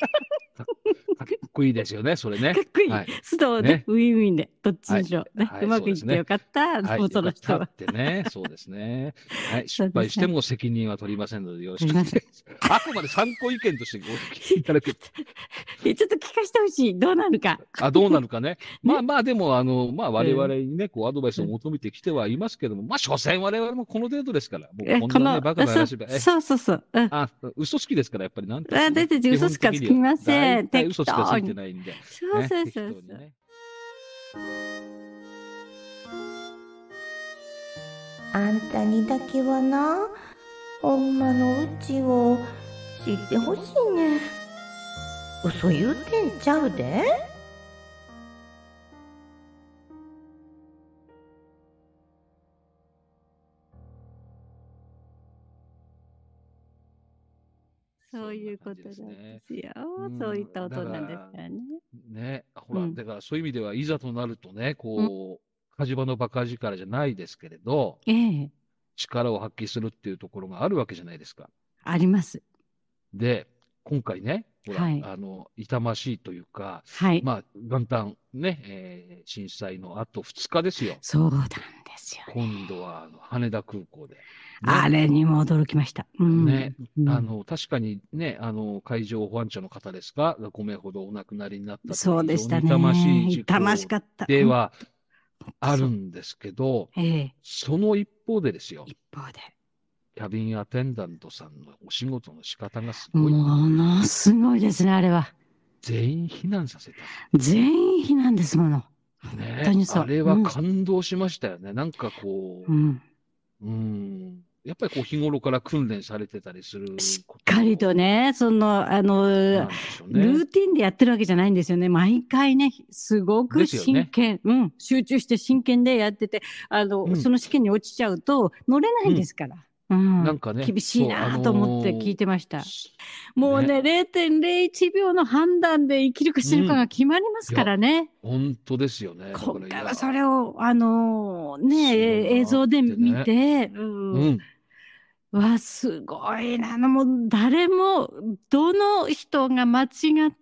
Speaker 1: かっこいいですよね、それ ね。
Speaker 2: っこいい。
Speaker 1: はい
Speaker 2: 須藤ね
Speaker 1: ね
Speaker 2: ウィンウィンで、どっちにしろ。ね
Speaker 1: はいう
Speaker 2: まくいっ
Speaker 1: そうです
Speaker 2: て
Speaker 1: ね
Speaker 2: よかった。
Speaker 1: はい、
Speaker 2: もうその人
Speaker 1: よか
Speaker 2: は
Speaker 1: っ。たってね、そうですね。はい、
Speaker 2: そう
Speaker 1: 失
Speaker 2: ですね
Speaker 1: 敗しても責任は取りませんので、よろしくお願いします。あくまで参考意見としてご聞きいただけ、
Speaker 2: えちょっと聞かせてほしい。どうなるか。
Speaker 1: あ、どうなる かね。まあまあ、でも、あの、まあ、我々にね、こう、アドバイスを求めてきてはいますけども、まあ、所詮我々もこの程度ですから、も
Speaker 2: え
Speaker 1: うこんなね、バカな話ば、え
Speaker 2: そうそうそうそう。うん
Speaker 1: あ、嘘つきですから、やっぱりなんていう
Speaker 2: あ
Speaker 1: のね
Speaker 2: 出てて嘘しかつきません。
Speaker 1: 大体
Speaker 2: 適
Speaker 1: 嘘し
Speaker 2: 当
Speaker 1: かついて
Speaker 2: に。
Speaker 1: ないんで。
Speaker 2: そう
Speaker 1: ね
Speaker 2: そう
Speaker 1: 適
Speaker 2: そ
Speaker 1: 当
Speaker 2: う
Speaker 1: に
Speaker 2: そう。
Speaker 1: ね
Speaker 4: あんたにだけはな、ほんまのうちを知ってほしいねん。嘘言うてんちゃうで。
Speaker 2: そういうことなんですよ。
Speaker 1: うん
Speaker 2: そういった大人ですからね。
Speaker 1: ね、ほら、
Speaker 2: うん
Speaker 1: だからそういう意味では、いざとなるとね、こう、火事場の馬鹿力じゃないですけれど、
Speaker 2: ええ、
Speaker 1: 力を発揮するっていうところがあるわけじゃないですか。
Speaker 2: あります。
Speaker 1: で、今回ね、ほら、
Speaker 2: はい
Speaker 1: あの、痛ましいというか、
Speaker 2: はい。
Speaker 1: まあ、元旦ね、えー震災のあと2日ですよ。
Speaker 2: そうなんですよ。
Speaker 1: 今度はあの羽田空港で。ね
Speaker 2: あれにも驚きました。うん。
Speaker 1: ね
Speaker 2: うん
Speaker 1: あの、確かにね、あの、海上保安庁の方ですか、5名ほどお亡くなりになったとい
Speaker 2: そうでしたね。
Speaker 1: 非常に痛ましい事
Speaker 2: 痛まし
Speaker 1: 故
Speaker 2: かった。
Speaker 1: ではある
Speaker 2: そう。
Speaker 1: んですけど、
Speaker 2: ええ、
Speaker 1: その一方でですよ、
Speaker 2: 一方で。
Speaker 1: キャビンアテンダントさんのお仕事の仕方がすごい。
Speaker 2: ものすごいですね、あれは。
Speaker 1: 全員避難させた。
Speaker 2: 全員避難ですもの。
Speaker 1: ね
Speaker 2: 本当にそう
Speaker 1: あれは
Speaker 2: うん
Speaker 1: 感動しましたよね。なんかこう
Speaker 2: う、ん。
Speaker 1: うん。やっぱりこう日頃から訓練されてたりする。
Speaker 2: しっかりと。ね、その、あの
Speaker 1: なん、でしょう
Speaker 2: ル
Speaker 1: ね
Speaker 2: ー。ティンでやってるわけじゃないんですよね。毎回ね、すごく
Speaker 1: ですよ
Speaker 2: 真
Speaker 1: ね
Speaker 2: 剣、うん、集中して真剣でやってて、あの、
Speaker 1: うん
Speaker 2: その試験に落ちちゃうと乗れないんですから。うん。
Speaker 1: なんかね。
Speaker 2: 厳しいなぁと思って聞いてました。
Speaker 1: ま
Speaker 2: もうね、0.01秒の判断で生きるか死ぬかが決まりますからね。
Speaker 1: 本当ですよね。
Speaker 2: 今回は
Speaker 1: だか
Speaker 2: そ
Speaker 1: らい
Speaker 2: れ
Speaker 1: や
Speaker 2: を、あのー
Speaker 1: すごいなぁ
Speaker 2: ね、映像で見て、う。
Speaker 1: うんん。
Speaker 2: わ、すごいな。もう誰も、どの人が間違っ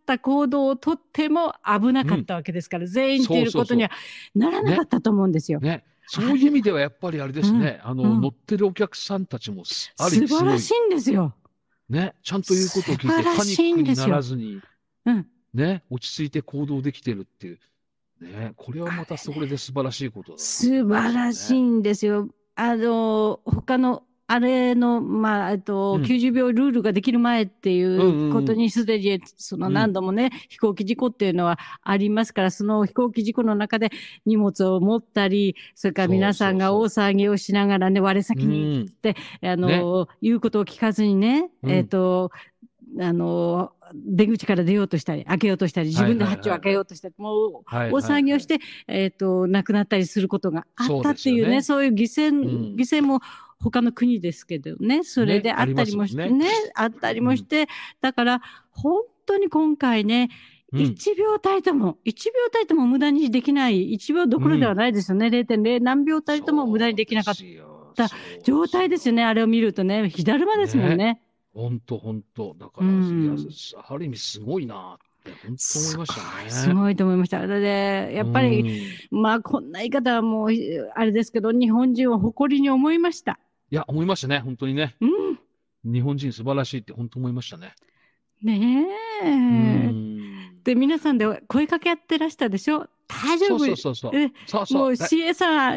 Speaker 2: た行動をとっても危なかったわけですから、全員っていうことにはならなかったと思うんですよ。
Speaker 1: ね。そういう意味ではやっぱりあれですね。あ
Speaker 2: う
Speaker 1: の、
Speaker 2: ん
Speaker 1: 乗ってるお客さんたちもす、ある意
Speaker 2: 素
Speaker 1: 味す
Speaker 2: 晴
Speaker 1: ご
Speaker 2: ら
Speaker 1: い
Speaker 2: しいんですよ。
Speaker 1: ね、ちゃんと言うことを聞いて、
Speaker 2: 素
Speaker 1: パ
Speaker 2: 晴
Speaker 1: ニ
Speaker 2: らしい
Speaker 1: ック
Speaker 2: んで
Speaker 1: に
Speaker 2: すよ
Speaker 1: ならずに、
Speaker 2: うん。
Speaker 1: ね、落ち着いて行動できてるっていう、ね、これはまたそれで素晴らしいことだ。
Speaker 2: 素晴らしいんですよ。あの、他の、あれの、まあ、えっと、
Speaker 1: うん
Speaker 2: 90秒ルールができる前ってい
Speaker 1: んうんう
Speaker 2: うんことにすでに、その
Speaker 1: うん
Speaker 2: 何度もね、飛行機事故っていうのはありますから、その飛行機事故の中で荷物を持ったり、それから皆さんが
Speaker 1: そう
Speaker 2: 大
Speaker 1: そう
Speaker 2: 騒ぎをしながらね、我
Speaker 1: う
Speaker 2: 先に、
Speaker 1: ん、
Speaker 2: あの、言うことを聞かずにね、
Speaker 1: うん
Speaker 2: えっと、あの、出口から出ようとしたり、開けようとしたり、自分でハッチを開けようとしたり、もう、
Speaker 1: はい。
Speaker 2: 大騒ぎをして、えっ、と、亡くなったりすることがあったっていうね、そういう犠牲、
Speaker 1: ん
Speaker 2: 犠牲も他の国ですけどね、それで
Speaker 1: ね
Speaker 2: あったりもして
Speaker 1: ありま
Speaker 2: ね、
Speaker 1: すもんね
Speaker 2: あったりもして、だから、本当に今回ね、
Speaker 1: はい、はい
Speaker 2: 1秒たりとも、1秒たりとも無駄にできない、1秒どころではないですよね、0.0何秒たりとも無駄にできなかったた状態ですよ。ね、あれを見るとね、火だるまですもんね。
Speaker 1: 本当、本当。だから、
Speaker 2: うん
Speaker 1: いやすある意味すごいなって、本当思いましたね。
Speaker 2: すごいと思いました。で、やっぱり
Speaker 1: う、んい
Speaker 2: まあ、こんな言い方はもう、あれですけど、日本人を誇りに思いました。
Speaker 1: や、思いましたね、本当にね。
Speaker 2: うん。
Speaker 1: 日本人素晴らしいって、本当思いましたね。
Speaker 2: ねえ。
Speaker 1: うん
Speaker 2: で、皆さんで声かけ合ってらしたでしょ大丈夫。
Speaker 1: そうそうそうそう。
Speaker 2: え
Speaker 1: そう
Speaker 2: も
Speaker 1: そうう。
Speaker 2: CA さん、あ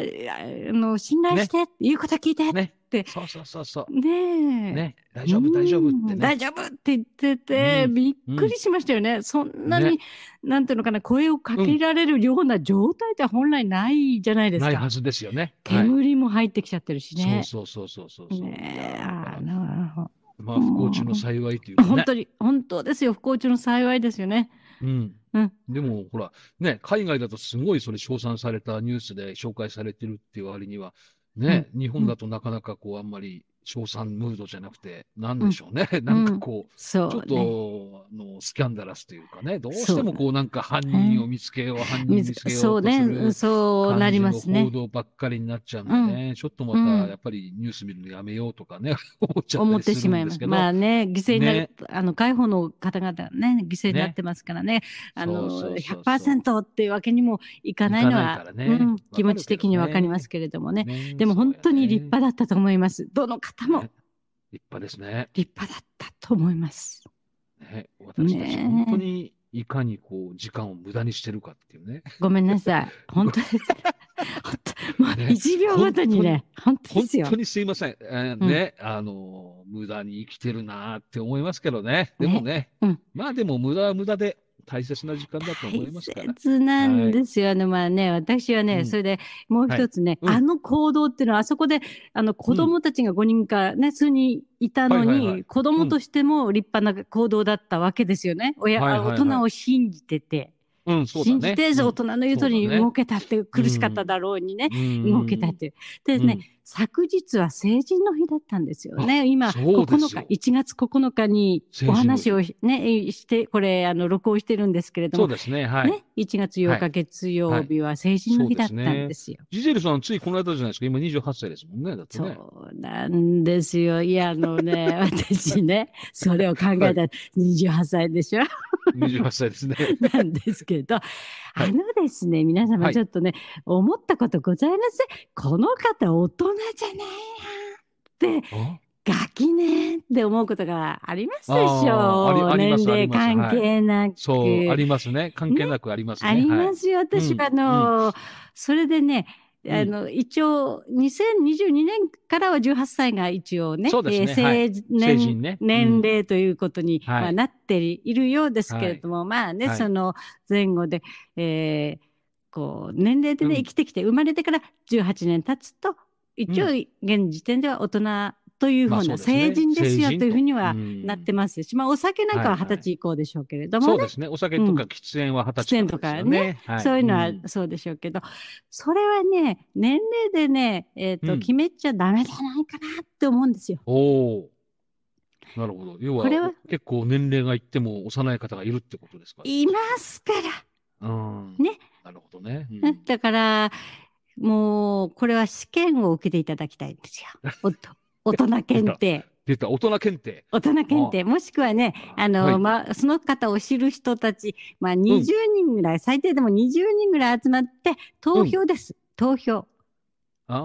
Speaker 2: の、信頼して、言うこと聞いて、ね
Speaker 1: ね。
Speaker 2: て
Speaker 1: そうそうそうそう。
Speaker 2: え。
Speaker 1: ね、大丈夫、大丈夫って
Speaker 2: うん
Speaker 1: ね。
Speaker 2: 大丈夫って言ってて、
Speaker 1: うん
Speaker 2: びっくりしましたよね。そんなに、
Speaker 1: ね
Speaker 2: なんていうのかな、声をかけられるような状態って本来ないじゃないです
Speaker 1: ない
Speaker 2: か。
Speaker 1: はずですよね。はい
Speaker 2: 煙も入ってきちゃってるしね。
Speaker 1: そうそうそうそうそうそう。い
Speaker 2: ねえ、
Speaker 1: や
Speaker 2: あの、
Speaker 1: まあ、不幸中の幸いというか、ね。
Speaker 2: 本当に、本当ですよ。不幸中の幸いですよね。
Speaker 1: うん。
Speaker 2: うん
Speaker 1: でも、ほら、ね、海外だとすごいそれ称賛されたニュースで紹介されてるっていう割には、ね、日本だとなかなかこう、あんまり称賛ムードじゃなくて、なんでしょうね。なんかこう、
Speaker 2: そう
Speaker 1: ちょっと、
Speaker 2: ね。
Speaker 1: あの、スキャンダラスというかね、どうしてもこうなんか犯人を見つけよう、犯人見
Speaker 2: 水
Speaker 1: つけよう
Speaker 2: そう
Speaker 1: とする
Speaker 2: ね、そうなります
Speaker 1: 感じの報
Speaker 2: ね。
Speaker 1: 道ばっかりになっちゃうんでね、ちょっとま
Speaker 2: うん
Speaker 1: たやっぱりニュース見るのやめようとかね、 思っちゃっ
Speaker 2: 思
Speaker 1: た
Speaker 2: っ
Speaker 1: り
Speaker 2: て
Speaker 1: す
Speaker 2: し
Speaker 1: る
Speaker 2: まい
Speaker 1: んで
Speaker 2: ますす。
Speaker 1: けど。
Speaker 2: まあね、犠牲になる
Speaker 1: ね、
Speaker 2: あの、解放の方々がね、犠牲になってますからね、あ
Speaker 1: そう
Speaker 2: の、
Speaker 1: そうそうそう
Speaker 2: 100%っていうわけにもいかないの
Speaker 1: いかない
Speaker 2: は
Speaker 1: から、ね
Speaker 2: うん
Speaker 1: わかるけどね
Speaker 2: 気持ち的にわかりますけれどもね。
Speaker 1: ね
Speaker 2: でも本当に立
Speaker 1: そう
Speaker 2: 派だったと思います。どの方
Speaker 1: や
Speaker 2: も
Speaker 1: ね立派ですね。
Speaker 2: 立派だったと思います。
Speaker 1: ね私たち
Speaker 2: ね
Speaker 1: 本当にいかにこう時間を無駄にしてるかっていうね。
Speaker 2: ごめんな さい。本当です。本当、もう
Speaker 1: ね
Speaker 2: 1秒ごとにね、本当
Speaker 1: 本
Speaker 2: ですよ
Speaker 1: 当。にすいません。えー
Speaker 2: うん
Speaker 1: ね、あのー無駄に生きてるなーって思いますけどね。でもね、
Speaker 2: うん
Speaker 1: まあでも無駄は無駄で大切な時間だと思いますから
Speaker 2: 大。切なんですよね。まあね、私は
Speaker 1: う
Speaker 2: ね、
Speaker 1: ん
Speaker 2: それでもう一つね、
Speaker 1: はいうん
Speaker 2: あの行動っていうのは、あそこで、あの子供たちが5人かね、数人いたのに、
Speaker 1: はいはいはい
Speaker 2: 子供としても立派な行動だったわけですよね。親、
Speaker 1: はいはいはい
Speaker 2: 大人を信じてて、
Speaker 1: うん、そうだ
Speaker 2: 信
Speaker 1: ね
Speaker 2: じ。て、
Speaker 1: うん
Speaker 2: 大人の言う通りに動けたっていう、苦しかっただろうにね、動けたっていう。でね、昨日は成人の日だったんですよね。今、
Speaker 1: そうで
Speaker 2: 9
Speaker 1: すよ
Speaker 2: 日、1月9日に
Speaker 1: 成人
Speaker 2: お
Speaker 1: の日
Speaker 2: 話をしね、して、これ、あの、録音してるんですけれ
Speaker 1: うん
Speaker 2: ど
Speaker 1: そ
Speaker 2: も
Speaker 1: う、ですね、はい。
Speaker 2: ね、1月8
Speaker 1: は
Speaker 2: 日
Speaker 1: い
Speaker 2: 月曜日は成人の日だったんですよ。
Speaker 1: ジゼルさん、ついこの間じゃないですか。今28歳ですもんね。だってね。
Speaker 2: そうなんですよ。いや、あの ね、私ね、それを考えたら28歳でしょ
Speaker 1: 28歳です ね。
Speaker 2: なんですけど、あのですね、皆
Speaker 1: は
Speaker 2: 様
Speaker 1: い
Speaker 2: ちょっとね、思ったことございません。この方大人じゃないなって、
Speaker 1: あ
Speaker 2: ガキねって思うことがありますでし
Speaker 1: あ
Speaker 2: ょ
Speaker 1: ーあ
Speaker 2: う。
Speaker 1: りありま
Speaker 2: 年
Speaker 1: す
Speaker 2: 齢関係なく。
Speaker 1: そう、ありますね。関係なくありますね。
Speaker 2: あり
Speaker 1: はい
Speaker 2: ますよ。私は、あ
Speaker 1: うん
Speaker 2: の、それでね、
Speaker 1: うん
Speaker 2: あの、一応、2022年からは18歳が一応ね、
Speaker 1: そうですね
Speaker 2: えー成
Speaker 1: はい
Speaker 2: 年
Speaker 1: 成人ね
Speaker 2: 年齢ということに、
Speaker 1: はい
Speaker 2: まあ、なっているようですけれども、まあね、
Speaker 1: はい
Speaker 2: その前後で、えーこう、年齢でね、
Speaker 1: うん
Speaker 2: 生きてきて、生まれてから18年経つと、一応、
Speaker 1: う
Speaker 2: 現時点では大人というふ
Speaker 1: まあ
Speaker 2: う
Speaker 1: そ
Speaker 2: な、
Speaker 1: うですね
Speaker 2: 成人ですよ
Speaker 1: 成人
Speaker 2: というふうには
Speaker 1: うん
Speaker 2: なってますし、まあ、お酒なんか
Speaker 1: は
Speaker 2: は
Speaker 1: いはい
Speaker 2: 二十歳以降でしょうけれど
Speaker 1: そ
Speaker 2: も
Speaker 1: う
Speaker 2: ね
Speaker 1: で。すね。お酒とか喫煙は二十歳からですよね。は
Speaker 2: そういうの
Speaker 1: う
Speaker 2: は
Speaker 1: ん
Speaker 2: そうでしょうけど、それはね、年齢でね、えっ、と、
Speaker 1: うん
Speaker 2: 決めちゃダメじゃないかなって思うんですよ。
Speaker 1: おお。なるほど。要は
Speaker 2: これは
Speaker 1: 結構年齢がいっても幼い方がいるってことですか。
Speaker 2: いますから。
Speaker 1: うん。
Speaker 2: ね。
Speaker 1: なるほどね。うん
Speaker 2: だから、もう、これは試験を受けていただきたいんですよ。おと大人 検定。
Speaker 1: 出た大人検定。
Speaker 2: 大人検定。もしくはね、あの、
Speaker 1: はい
Speaker 2: まあ、その方を知る人たち、まあ、20人ぐらい、最低でも20人ぐらい集まって、投票です。投票。
Speaker 1: ああ、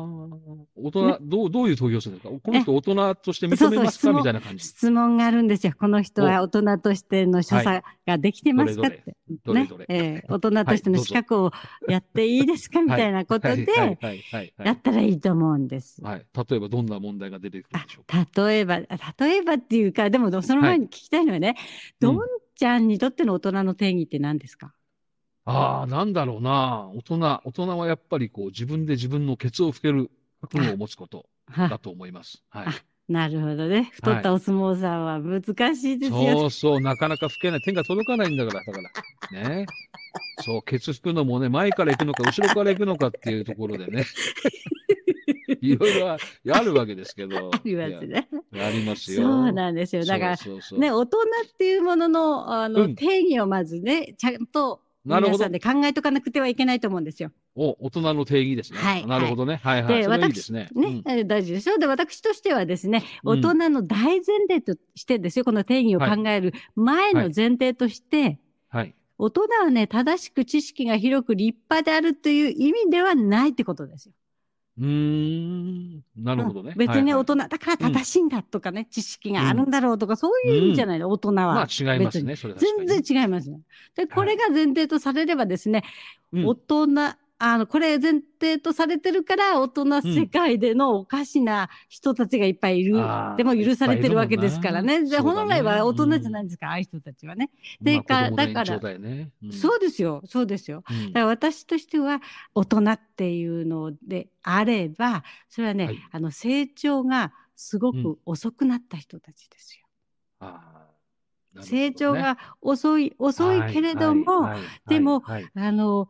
Speaker 1: 大人、どう、どういう投票するんですかこの人大人として認
Speaker 2: そう
Speaker 1: め
Speaker 2: そう
Speaker 1: ますか
Speaker 2: 質問
Speaker 1: みたいな感じ。
Speaker 2: 質問があるんですよ。この人は大人としての所作ができてますか
Speaker 1: は
Speaker 2: っ
Speaker 1: い
Speaker 2: て。
Speaker 1: どれどれ
Speaker 2: ねええ大人としての資格をやっていいですか、みたいなこと
Speaker 1: はいはい
Speaker 2: で、
Speaker 1: はいはいは
Speaker 2: やっ
Speaker 1: い。
Speaker 2: たらいいと思うんです。
Speaker 1: はい。例えばどんな問題が出てくるんでしょうか。
Speaker 2: あ例えば、あ例えばっていうか、でもその前に聞きたいのはね、
Speaker 1: うん
Speaker 2: どんちゃんにとっての大人の定義って何ですか
Speaker 1: ああ、なんだろうな。大人、大人はやっぱりこう自分で自分のケツを拭ける覚悟を持つことだ
Speaker 2: は
Speaker 1: と思います。はい。
Speaker 2: なるほどね。太ったお相撲さんは難しいですよ。
Speaker 1: そうそう、なかなか拭けない。手が届かないんだから、だから。ね。そう、ケツ拭くのもね、前から行くのか、後ろから行くのかっていうところでね。いろいろあるわけですけど。
Speaker 2: ありますね。
Speaker 1: いやありますよ。
Speaker 2: そうなんですよ。だから、
Speaker 1: そうそうそう
Speaker 2: ね、大人っていうもののあの、
Speaker 1: うん
Speaker 2: 定義をまずね、ちゃんと
Speaker 1: なる
Speaker 2: 皆
Speaker 1: ほど
Speaker 2: さんで考えとかなくてはいけないと思うんですよ。
Speaker 1: お、大人の定義ですね。
Speaker 2: はい
Speaker 1: なるほどね。はいはい。
Speaker 2: で、
Speaker 1: それはいいで
Speaker 2: 私、
Speaker 1: すね
Speaker 2: ね。えー大事でしょで、私としてはですね、大人の大前提としてですよ、この定義を考える前の前提として、
Speaker 1: うんはい。
Speaker 2: 大人はね、正しく知識が広く立派であるという意味ではないってことですよ。
Speaker 1: うーん。なるほどね。
Speaker 2: 別にね、
Speaker 1: はいは
Speaker 2: 大
Speaker 1: い
Speaker 2: 人だから正しいんだとかね、知識があるんだろうとか、そういう意味じゃないの、大人は。
Speaker 1: まあ違いますね。それは確かに
Speaker 2: 全然違いますね。で、これが前提とされればですね、
Speaker 1: うん
Speaker 2: 大人、あの、これ前提とされてるから、大人世界でのおかしな人たちがいっぱいいる。
Speaker 1: あー
Speaker 2: でも許されてるわけですからね。
Speaker 1: いっぱ
Speaker 2: で、
Speaker 1: いいるもんな
Speaker 2: 本来は大人じゃな
Speaker 1: い
Speaker 2: いですか、ああいう人たちはね。
Speaker 1: で
Speaker 2: でかだから
Speaker 1: だよね。うん
Speaker 2: そうですよ、そうですよ。
Speaker 1: うん
Speaker 2: だから私としては、大人っていうのであれば、それはね、
Speaker 1: はい
Speaker 2: あの、成長がすご
Speaker 1: うん
Speaker 2: く遅くなった人たちですよ。
Speaker 1: あーなるほどね
Speaker 2: 成長が遅い、遅いけれど
Speaker 1: は
Speaker 2: も、
Speaker 1: いはいはい
Speaker 2: でも
Speaker 1: はいはい
Speaker 2: あの、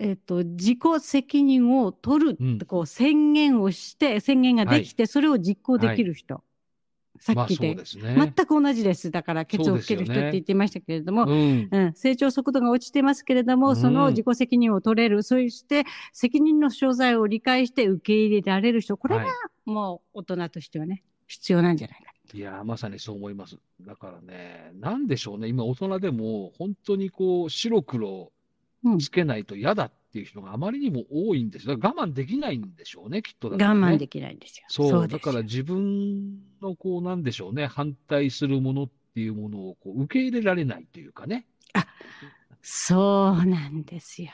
Speaker 2: えっと、自己責任を取るってこう宣言をして、宣言ができて、それを実行できる人。さ
Speaker 1: ま
Speaker 2: っ
Speaker 1: あ
Speaker 2: き
Speaker 1: そう
Speaker 2: で。
Speaker 1: ですね。
Speaker 2: 全く同じです。だから、ケツを吹ける人って言ってましたけれども、
Speaker 1: うん。
Speaker 2: うん、成長速度が落ちてますけれども、
Speaker 1: うん
Speaker 2: その自己責任を取れる、そして責任の所在を理解して受け入れられる人、これが
Speaker 1: は
Speaker 2: もう大人としてはね、必要なんじゃないか。
Speaker 1: い、いやー、まさにそう思います。だからね、なんでしょうね、今大人でも本当にこう、白黒
Speaker 2: うん
Speaker 1: つけないと嫌だっていう人があまりにも多いんです。だから我慢できないんでしょうね、きっと
Speaker 2: 我
Speaker 1: だからね
Speaker 2: 慢できないんですよ。
Speaker 1: そう、
Speaker 2: で
Speaker 1: だ
Speaker 2: す
Speaker 1: から自分のこう、なんでしょうね、反対するものっていうものをこう受け入れられないというかね。
Speaker 2: そうなんですよ。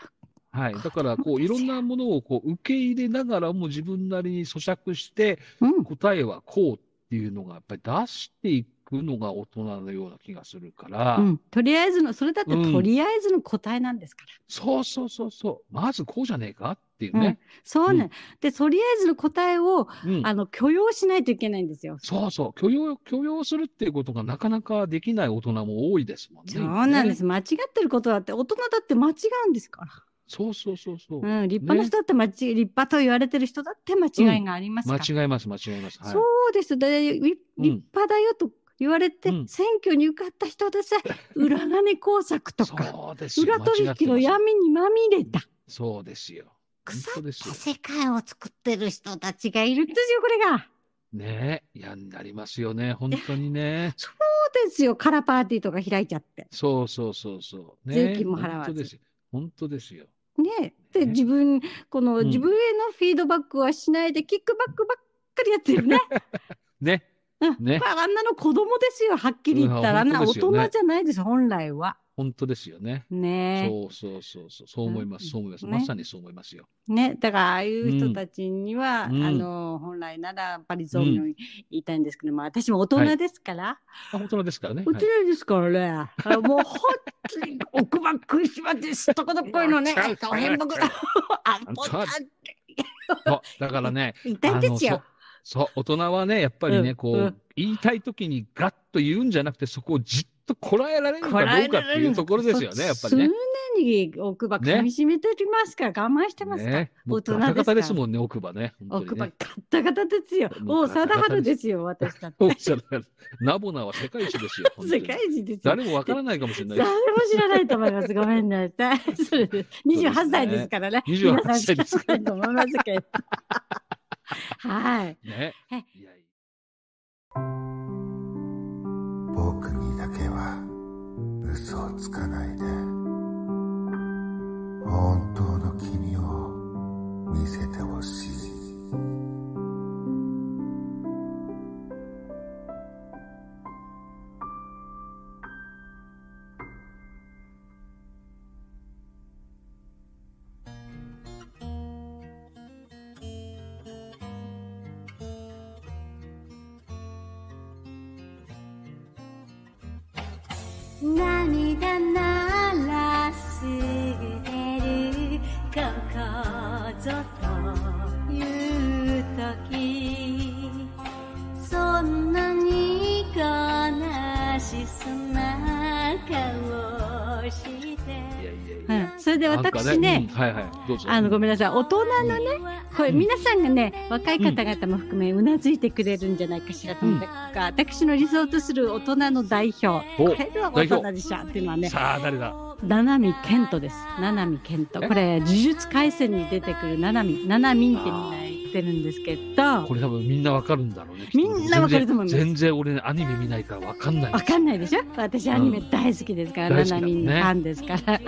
Speaker 1: はい。だから、こ
Speaker 2: そう
Speaker 1: う、
Speaker 2: で
Speaker 1: い
Speaker 2: すよ
Speaker 1: ろんなものをこう受け入れながらも自分なりに咀嚼して、
Speaker 2: うん。
Speaker 1: 答えはこうっていうのが、やっぱり出していくのが大人のような気がするから、
Speaker 2: うん、とりあえずの、それだって
Speaker 1: うん
Speaker 2: とりあえずの答えなんですから。
Speaker 1: そうそうそうそう、まずこうじゃねえかっていうね。
Speaker 2: そうなん、
Speaker 1: うん
Speaker 2: で、とりあえずの答えを、
Speaker 1: うん
Speaker 2: あの、許容しないといけないんですよ。
Speaker 1: そうそう、許容、許容するっていうことがなかなかできない大人も多いですもんね。
Speaker 2: そう
Speaker 1: 今ね
Speaker 2: なんです。間違ってることだって、大人だって間違うんですから。
Speaker 1: そうそうそうそう。
Speaker 2: うん、立派な人だって間違、立派と言われてる人だって間違いがありますから。
Speaker 1: 間違えます、間違えます。はい。
Speaker 2: そうです。で、立立
Speaker 1: うん
Speaker 2: 派だよと言われて、
Speaker 1: うん
Speaker 2: 選挙に受かった人 でさえ、裏金工作とか、
Speaker 1: そうですよ
Speaker 2: 裏取
Speaker 1: 間違って
Speaker 2: 引の
Speaker 1: ます
Speaker 2: 闇にまみれた、
Speaker 1: そうですよ。
Speaker 2: 腐
Speaker 1: 本当
Speaker 2: っ
Speaker 1: です
Speaker 2: た
Speaker 1: よ
Speaker 2: 世界を作ってる人たちがいるんですよ、これが。
Speaker 1: ねえ、嫌になりますよね、本当にね。
Speaker 2: そうですよ、カラーパーティーとか開いちゃって。
Speaker 1: そうそうそうそう。ね
Speaker 2: 税金も払わず
Speaker 1: 本当ですよ。本当ですよ。
Speaker 2: ねえ。
Speaker 1: ね
Speaker 2: で、自分、この、
Speaker 1: うん
Speaker 2: 自分へのフィードバックはしないで、キックバックばっかりやってるね。
Speaker 1: ね。
Speaker 2: うん
Speaker 1: ね
Speaker 2: まあ、あんなの子供ですよ、はっきり言ったら。あ
Speaker 1: うんん
Speaker 2: な
Speaker 1: 本当ですよね
Speaker 2: 大人じゃないです、本来は。
Speaker 1: 本当ですよね。
Speaker 2: ね
Speaker 1: そうそうそうそう。そう思いま
Speaker 2: う
Speaker 1: す。
Speaker 2: ん
Speaker 1: そう思います。
Speaker 2: ね
Speaker 1: まさにそう思いますよ。
Speaker 2: え。ね。だから、ああいう人たちには、
Speaker 1: うん
Speaker 2: あの、本来なら、やっぱりそういうの言いたいんですけども、私も大人ですから。
Speaker 1: あ大人ですからね。
Speaker 2: 大人ですからね。あのもう、本当に奥歯食いしばって、すっとこどっこいのね、
Speaker 1: うん
Speaker 2: 大変僕 が、あんぽちゃんって
Speaker 1: そうだから ね、
Speaker 2: 言いたいんですよ。
Speaker 1: そう、大人はね、やっぱりね、
Speaker 2: うん
Speaker 1: こ
Speaker 2: う、
Speaker 1: うん言いたいときにガッと言うんじゃなくて、そこをじっとこらえられるかど
Speaker 2: こ
Speaker 1: う
Speaker 2: らえ
Speaker 1: かっ
Speaker 2: ら
Speaker 1: て
Speaker 2: れ
Speaker 1: い
Speaker 2: る
Speaker 1: うところですよね、やっぱりね。
Speaker 2: 常に奥歯噛み締めておりますから、我慢してますから。
Speaker 1: ね、もう
Speaker 2: 大人
Speaker 1: ガタガタ
Speaker 2: で
Speaker 1: ですす
Speaker 2: から。
Speaker 1: もんね、奥歯ね。本当
Speaker 2: 奥
Speaker 1: に
Speaker 2: 歯
Speaker 1: ね
Speaker 2: ガッタガタですよ。
Speaker 1: も
Speaker 2: 王
Speaker 1: うガタガタ
Speaker 2: 貞治ですよ、私だって。
Speaker 1: そうだねナボナは世界一です よ。本当
Speaker 2: 世
Speaker 1: に
Speaker 2: 界一ですよ。
Speaker 1: 誰もわからないかもしれない
Speaker 2: 誰
Speaker 1: で
Speaker 2: も知らないと思います。ごめんな さい。そうです28歳ですからね。
Speaker 1: 28
Speaker 2: 皆さん
Speaker 1: 歳です
Speaker 2: 知らないと思いますけど。はい。
Speaker 1: す。ね
Speaker 2: はい。
Speaker 1: いやいや
Speaker 5: 僕にだけは嘘をつかないで本当の君を見せてほしい
Speaker 6: 涙ならすぐ出るここぞという時そんなに悲しそうな顔して
Speaker 1: いやいやいや
Speaker 2: うんそれで
Speaker 1: なんか
Speaker 2: 私ね
Speaker 1: うん、はいはい。どうぞ。
Speaker 2: あの、ごめんなさい。大人のね、これ
Speaker 1: うん
Speaker 2: 皆さんがね、若い方々も含め、うなずいてくれるんじゃないかしらと思ったか、私の理想とする大人の代表。
Speaker 1: お
Speaker 2: これは大人でしたっていうのはね、
Speaker 1: さあ、誰だ
Speaker 2: 七海健人です。七海健人。これ、呪術廻戦に出てくる七海。七海ってみんな言ってるんですけど
Speaker 1: こ、れ多分みんなわかるんだろうね。きっとね
Speaker 2: みんなわかると思います
Speaker 1: 全然全然俺ね、アニメ見ないからわかんない
Speaker 2: わかんないでし
Speaker 1: ょ
Speaker 2: ょ私アニメ大好きですか
Speaker 1: 大好
Speaker 2: ら、
Speaker 1: き
Speaker 2: な
Speaker 1: だ
Speaker 2: な
Speaker 1: も
Speaker 2: みん
Speaker 1: ん
Speaker 2: の
Speaker 1: ね
Speaker 2: ファンですから。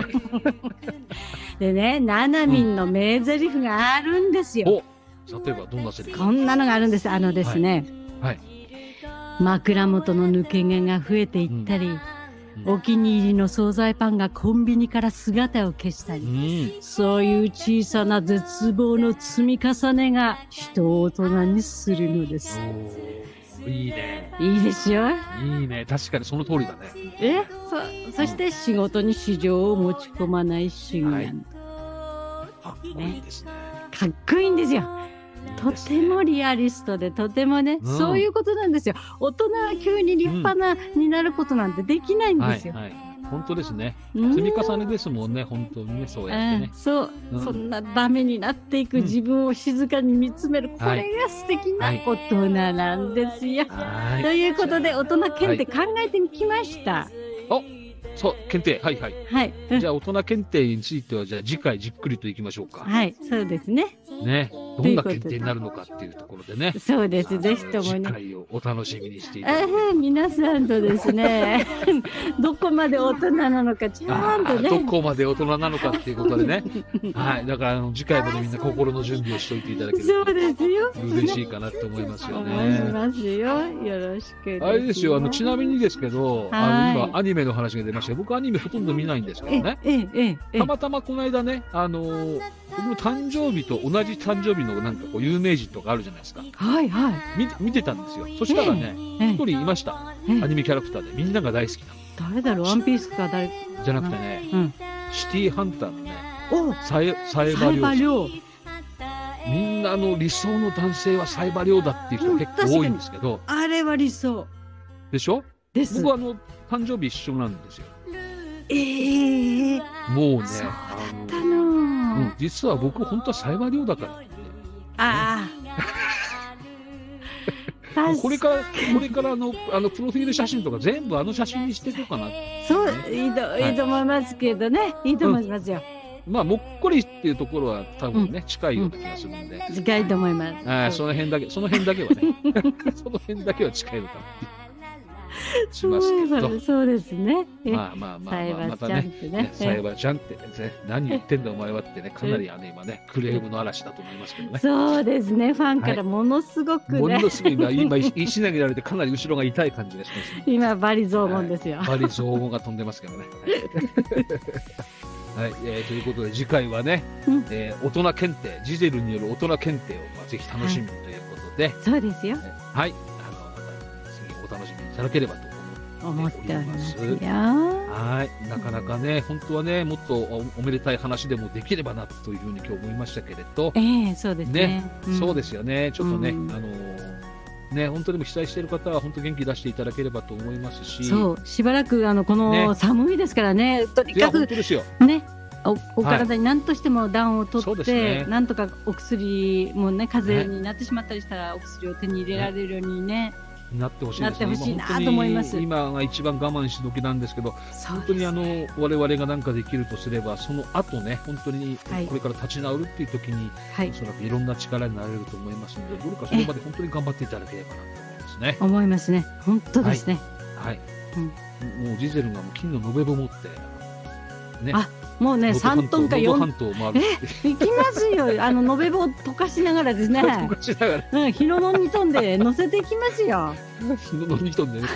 Speaker 2: でね、ななみんの名台詞があるんですよ。
Speaker 1: お例えばどんなセリフ
Speaker 2: こんなのがあるんです。あのですね、
Speaker 1: はい。
Speaker 2: 枕元の抜け毛が増えていったり、
Speaker 1: うん
Speaker 2: お気に入りの惣菜パンがコンビニから姿を消したり
Speaker 1: う、ん。
Speaker 2: そういう小さな絶望の積み重ねが人を大人にするのです。
Speaker 1: おーいいね。
Speaker 2: いいでしょ
Speaker 1: いいね。確かにその通りだね。
Speaker 2: えそ、そして仕事に市場を持ち込まない主義なんだ
Speaker 1: かっこいいですね。
Speaker 2: かっこいいんですよ。とてもリアリストで、とてもね、
Speaker 1: うん
Speaker 2: そういうことなんですよ。大人は急に立派な、になることなんてできないん
Speaker 1: は
Speaker 2: で
Speaker 1: い
Speaker 2: すよ。
Speaker 1: はい。本当ですね。
Speaker 2: うん
Speaker 1: 積み重ねですもんね、本当にね、そうやって
Speaker 2: うん
Speaker 1: ね。
Speaker 2: そう、
Speaker 1: うん
Speaker 2: そんなダメになっていく自分を静かに見つめる、こ
Speaker 1: はい
Speaker 2: れが素敵な
Speaker 1: はい
Speaker 2: 大人なんですよ。
Speaker 1: は
Speaker 2: と
Speaker 1: ーい。
Speaker 2: いうことで、大人検定考えてきました。
Speaker 1: そう、検定。はいはい。
Speaker 2: はい。うん
Speaker 1: じゃあ、大人検定については、じゃあ次回じっくりといきましょうか。
Speaker 2: はい、そうですね。
Speaker 1: ね。どんな検定になるのかっていうところでね。
Speaker 2: そうです。ぜひとも
Speaker 1: 次
Speaker 2: ね。
Speaker 1: 回をお楽しみにしていただ
Speaker 2: あ
Speaker 1: いて。
Speaker 2: ー皆さんとで すね、 どこまで大人なのか、ちゃんと
Speaker 1: あーど
Speaker 2: ね、
Speaker 1: こまで大人なのかっていうことでね。はい。だから、あの次回までみんな心の準備をしておいていただけ
Speaker 2: そう
Speaker 1: る
Speaker 2: ですよ。
Speaker 1: と嬉しいかなと思いますよ
Speaker 2: 思い
Speaker 1: ね。
Speaker 2: ますよ。よろしく。
Speaker 1: あれですよ、あの、ちなみにですけど、あ
Speaker 2: は
Speaker 1: の
Speaker 2: い
Speaker 1: 今、アニメの話が出ましたけど僕アニメほとんど見ないんですけ
Speaker 2: え
Speaker 1: どね、。
Speaker 2: ええ、ええ、ええ
Speaker 1: た。またまこの間ね、あのー僕の誕生日と同じ誕生日のなんかこう、有名人とかあるじゃないですか。
Speaker 2: はい、はい。
Speaker 1: 見見てたんですよ。そしたらね、
Speaker 2: え
Speaker 1: 一人いました。ア
Speaker 2: ええ
Speaker 1: ニメキャラクターで、みんなが大好きな。
Speaker 2: 誰だろうワンピースか誰
Speaker 1: じゃなくてね、
Speaker 2: うん。
Speaker 1: シティーハンターのね、
Speaker 2: お
Speaker 1: サイサイバ
Speaker 2: サイ
Speaker 1: リョウさ
Speaker 2: バ
Speaker 1: ん
Speaker 2: リョウ。
Speaker 1: みんなあの理想の男性はサイバリョウだっていう人結構多いんですけど、
Speaker 2: あれは理想
Speaker 1: でしょ
Speaker 2: です。
Speaker 1: 僕はあの、誕生日一緒なんですよ。
Speaker 2: ええ
Speaker 1: もうね、
Speaker 2: そう
Speaker 1: あの
Speaker 2: だの
Speaker 1: う
Speaker 2: ー
Speaker 1: ん、実は僕本当はサイバリョウだからって
Speaker 2: あ
Speaker 1: も
Speaker 2: あ。
Speaker 1: うこれから、これからあの、あの、プロフィール写真とか全部あの写真にしていこうかな。
Speaker 2: そう、いいと、いいと思いますけどね。いいと思いますよ。
Speaker 1: まあ、もっこりっていうところは多分ね、近いような気がするんで。
Speaker 2: 近いと思います。
Speaker 1: ああ、その辺だけ、その辺だ けはね、その辺だけは近いのかなってしますけ
Speaker 2: そういえ
Speaker 1: ど
Speaker 2: ば。そうですね。え
Speaker 1: まあまあまあ
Speaker 2: サイ
Speaker 1: まあ、
Speaker 2: バ
Speaker 1: ま
Speaker 2: ーち
Speaker 1: た
Speaker 2: ゃんっ
Speaker 1: ね。
Speaker 2: て
Speaker 1: ね
Speaker 2: ね。
Speaker 1: サイバーちゃんってね、何言ってんだお前はってね、かなりあの今ね、クレームの嵐だと思いますけど ね。
Speaker 2: そうですね。ファンからものすごく
Speaker 1: も
Speaker 2: ね
Speaker 1: の、すごい今、今、石投げられてかなり後ろが痛い感じがしますね。
Speaker 2: 今、バリ雑言ですよ。
Speaker 1: バリ造語が飛んでますけどね。はい、えーということで次回はね、
Speaker 2: うん
Speaker 1: えー大人検定、ジゼルによる大人検定を、まあ、ぜひ楽しみにということで、
Speaker 2: そうですよ。
Speaker 1: はい、あの、また次お楽しみにいただければと思
Speaker 2: 思っておりますよ。
Speaker 1: う。はい、なかなかね、本当はね、もっとおおめでたい話でもできればなというふうに今日思いましたけれど、
Speaker 2: ええそうですね。ん
Speaker 1: そうですよね、ちょっとね、
Speaker 2: うん
Speaker 1: あのーね、本当にも被災している方は本当元気出していただければと思いますし、
Speaker 2: そう、しばらくあのこ
Speaker 1: ね
Speaker 2: の寒いですからね、とに
Speaker 1: いや、
Speaker 2: か
Speaker 1: 本
Speaker 2: く
Speaker 1: 当ですよ。
Speaker 2: ね、おお体に何としても暖を取
Speaker 1: そうで
Speaker 2: っ
Speaker 1: す
Speaker 2: て、
Speaker 1: ね
Speaker 2: なんとかお薬もね、風邪になってしまったりしたら、お薬を手に入れられるようにね、
Speaker 1: なってほしいですね。
Speaker 2: なってほしいな
Speaker 1: まあ本当に
Speaker 2: と思います
Speaker 1: 今が一番我慢しどきなんですけど、
Speaker 2: そう
Speaker 1: 本当に
Speaker 2: です
Speaker 1: あの我々が何かできるとすれば、その後ね、本当に
Speaker 2: はい
Speaker 1: これから立ち直るっていう時に、
Speaker 2: はい
Speaker 1: お、そらくいろんな力になれると思いますので、どれかそれまで本当に頑張っていただければなと思いますね。
Speaker 2: 思いますね、本当ですね、
Speaker 1: はい。もうジゼルがもう金の延べ棒持って、ね
Speaker 2: あもうね、
Speaker 1: 能登
Speaker 2: 3トンか
Speaker 1: 半島
Speaker 2: 4
Speaker 1: 能登半島を回るって
Speaker 2: 行きます よ、あの延べ棒溶かしながらですね、
Speaker 1: 動かしながら、
Speaker 2: うん、日の丸に飛んで乗せていきますよ、
Speaker 1: 日の伸びとん でね、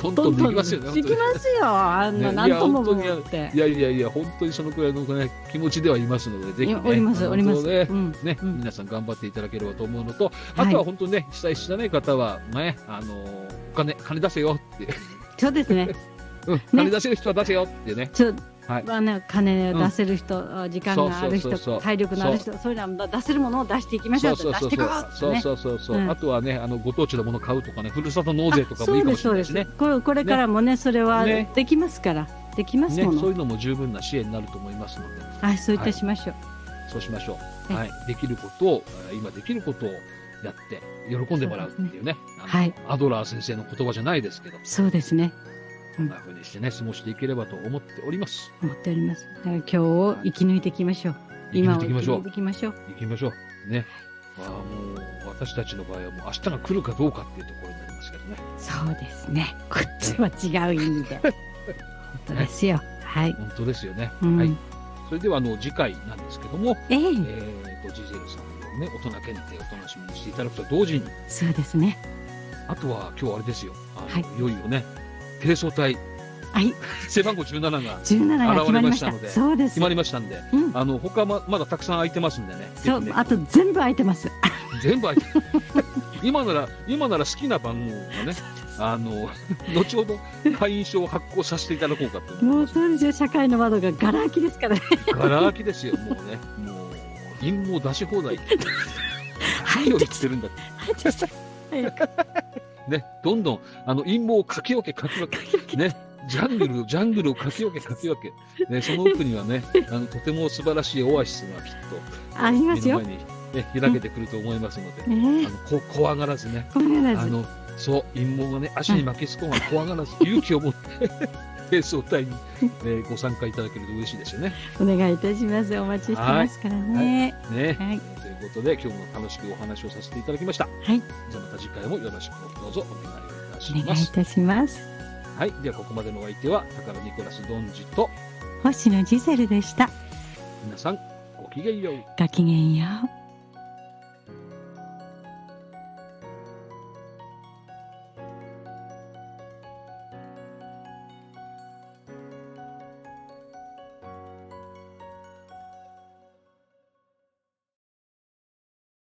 Speaker 1: トントントントンで
Speaker 2: 行
Speaker 1: きますよね。
Speaker 2: きますよ、あんな
Speaker 1: ね
Speaker 2: 何とも
Speaker 1: いや
Speaker 2: 思っ
Speaker 1: 本
Speaker 2: て
Speaker 1: い。やいやいや、本当にそのくらいの、ね、気持ちではいますので、ぜひ、
Speaker 2: い
Speaker 1: ね
Speaker 2: や、おります、おります。
Speaker 1: 本当ね
Speaker 2: うん
Speaker 1: ね、
Speaker 2: うん
Speaker 1: 皆さん頑張っていただければと思うのと、
Speaker 2: はい
Speaker 1: あとは本当にね、被災してない方は、ね、あのーお金、金出せよって、
Speaker 2: そうですね。
Speaker 1: うん、金出せる人は出せよってね、
Speaker 2: ちょ、
Speaker 1: はい
Speaker 2: まあね、金出せる人、時間がある
Speaker 1: そうそうそうそ
Speaker 2: 人、
Speaker 1: う
Speaker 2: 体力のある人、そういうのは出せるものを出していきましょう
Speaker 1: そう
Speaker 2: と、
Speaker 1: そうそう
Speaker 2: 出していこう
Speaker 1: そう、
Speaker 2: ってね。
Speaker 1: そうそうそう、
Speaker 2: うん
Speaker 1: あとはね、あのご当地のもの買うとかね、ふるさと納税と
Speaker 2: あ
Speaker 1: かもいいか
Speaker 2: そうで
Speaker 1: も
Speaker 2: す、
Speaker 1: し
Speaker 2: そ
Speaker 1: れないで
Speaker 2: うで。
Speaker 1: すすね。
Speaker 2: これ、これからもね、それは
Speaker 1: ね
Speaker 2: できますから、できます
Speaker 1: ね
Speaker 2: も、
Speaker 1: そう
Speaker 2: の。
Speaker 1: いうのも十分な支援になると思いますので、
Speaker 2: あ、そういったしましょう。
Speaker 1: そうしましょう。は、
Speaker 2: はい
Speaker 1: できることを、えー今できることをやって、喜んでもらうっていうね、あの
Speaker 2: はい
Speaker 1: アドラー先生の言葉じゃないですけど、
Speaker 2: そうですね。
Speaker 1: こんな風にしてね、過ごしていければと思っております。
Speaker 2: 思っております。だから今日を生き抜いていきましょう。今を
Speaker 1: 生
Speaker 2: 生
Speaker 1: き
Speaker 2: き
Speaker 1: 抜いていきましょ
Speaker 2: 抜
Speaker 1: う
Speaker 2: いて。いきましょ
Speaker 1: 行きまし
Speaker 2: う。
Speaker 1: ょう。ね。まあもう、私たちの場合はもう明日が来るかどうかっていうところになりますけどね。
Speaker 2: そうですね。 こっちは違う意味で。本当ですよ。はい。
Speaker 1: 本当ですよね。
Speaker 2: うん
Speaker 1: はい。それではあの、次回なんですけども、え
Speaker 2: ええ、
Speaker 1: ーと、ジゼルさんのね、大人検定を楽しみにしていただくと同時に、
Speaker 2: そうですね。
Speaker 1: あとは今日あれですよ。あの、、
Speaker 2: はい
Speaker 1: よいよね、低層隊、
Speaker 2: はい。
Speaker 1: 背番号17が
Speaker 2: 17が決まりました。
Speaker 1: 現れましたので
Speaker 2: そうです
Speaker 1: 決ま。りましたんで、
Speaker 2: うん
Speaker 1: あの、他ま、まだたくさん空いてますんでね。
Speaker 2: そ
Speaker 1: ぜ
Speaker 2: う
Speaker 1: ひ、ね
Speaker 2: あと全部空いてます。
Speaker 1: 全部空いてる 今なら今なら好きな番号が ねあの後ほど会員証を発行させていただこうかと
Speaker 2: も
Speaker 1: 思いうます
Speaker 2: そうですよ、社会の窓がガラ空きで すからね。
Speaker 1: ガラ空きですよもうねもう陰謀出し放 題
Speaker 2: 入
Speaker 1: 何を
Speaker 2: って
Speaker 1: 言っ
Speaker 2: き
Speaker 1: てるんだって
Speaker 2: てきた。
Speaker 1: ねどんどんあの陰謀をかき分けかき分けねジャングル、ジャングルをかき分け、かき分け。ね、その奥にはね、あの、とても素晴らしいオアシスがきっと、
Speaker 2: ありますよ
Speaker 1: 目の前に、ね、開けてくると思いますので、
Speaker 2: ね
Speaker 1: あの、こ、怖がらずね、
Speaker 2: え、困ら
Speaker 1: あ
Speaker 2: ず。
Speaker 1: の、そう、陰謀がね、足に負けそうが怖がらず、勇気を持って、ペースを隊に、えーご参加いただけると嬉しいですよね。
Speaker 2: お願いいたします。お待ちしてますからね。
Speaker 1: ね。
Speaker 2: はい。
Speaker 1: ということで、今日も楽しくお話をさせていただきました。
Speaker 2: はい。
Speaker 1: じゃあまた次回もよろしくどうぞお願いをいたし
Speaker 2: お
Speaker 1: ま
Speaker 2: 願いい
Speaker 1: す。
Speaker 2: たします。
Speaker 1: はい。では、ここまでのお相手は、宝ニコラスドンジと、
Speaker 2: 星野ジゼルでした。
Speaker 1: 皆さん、ごきげんよう。
Speaker 2: ごきげんよう。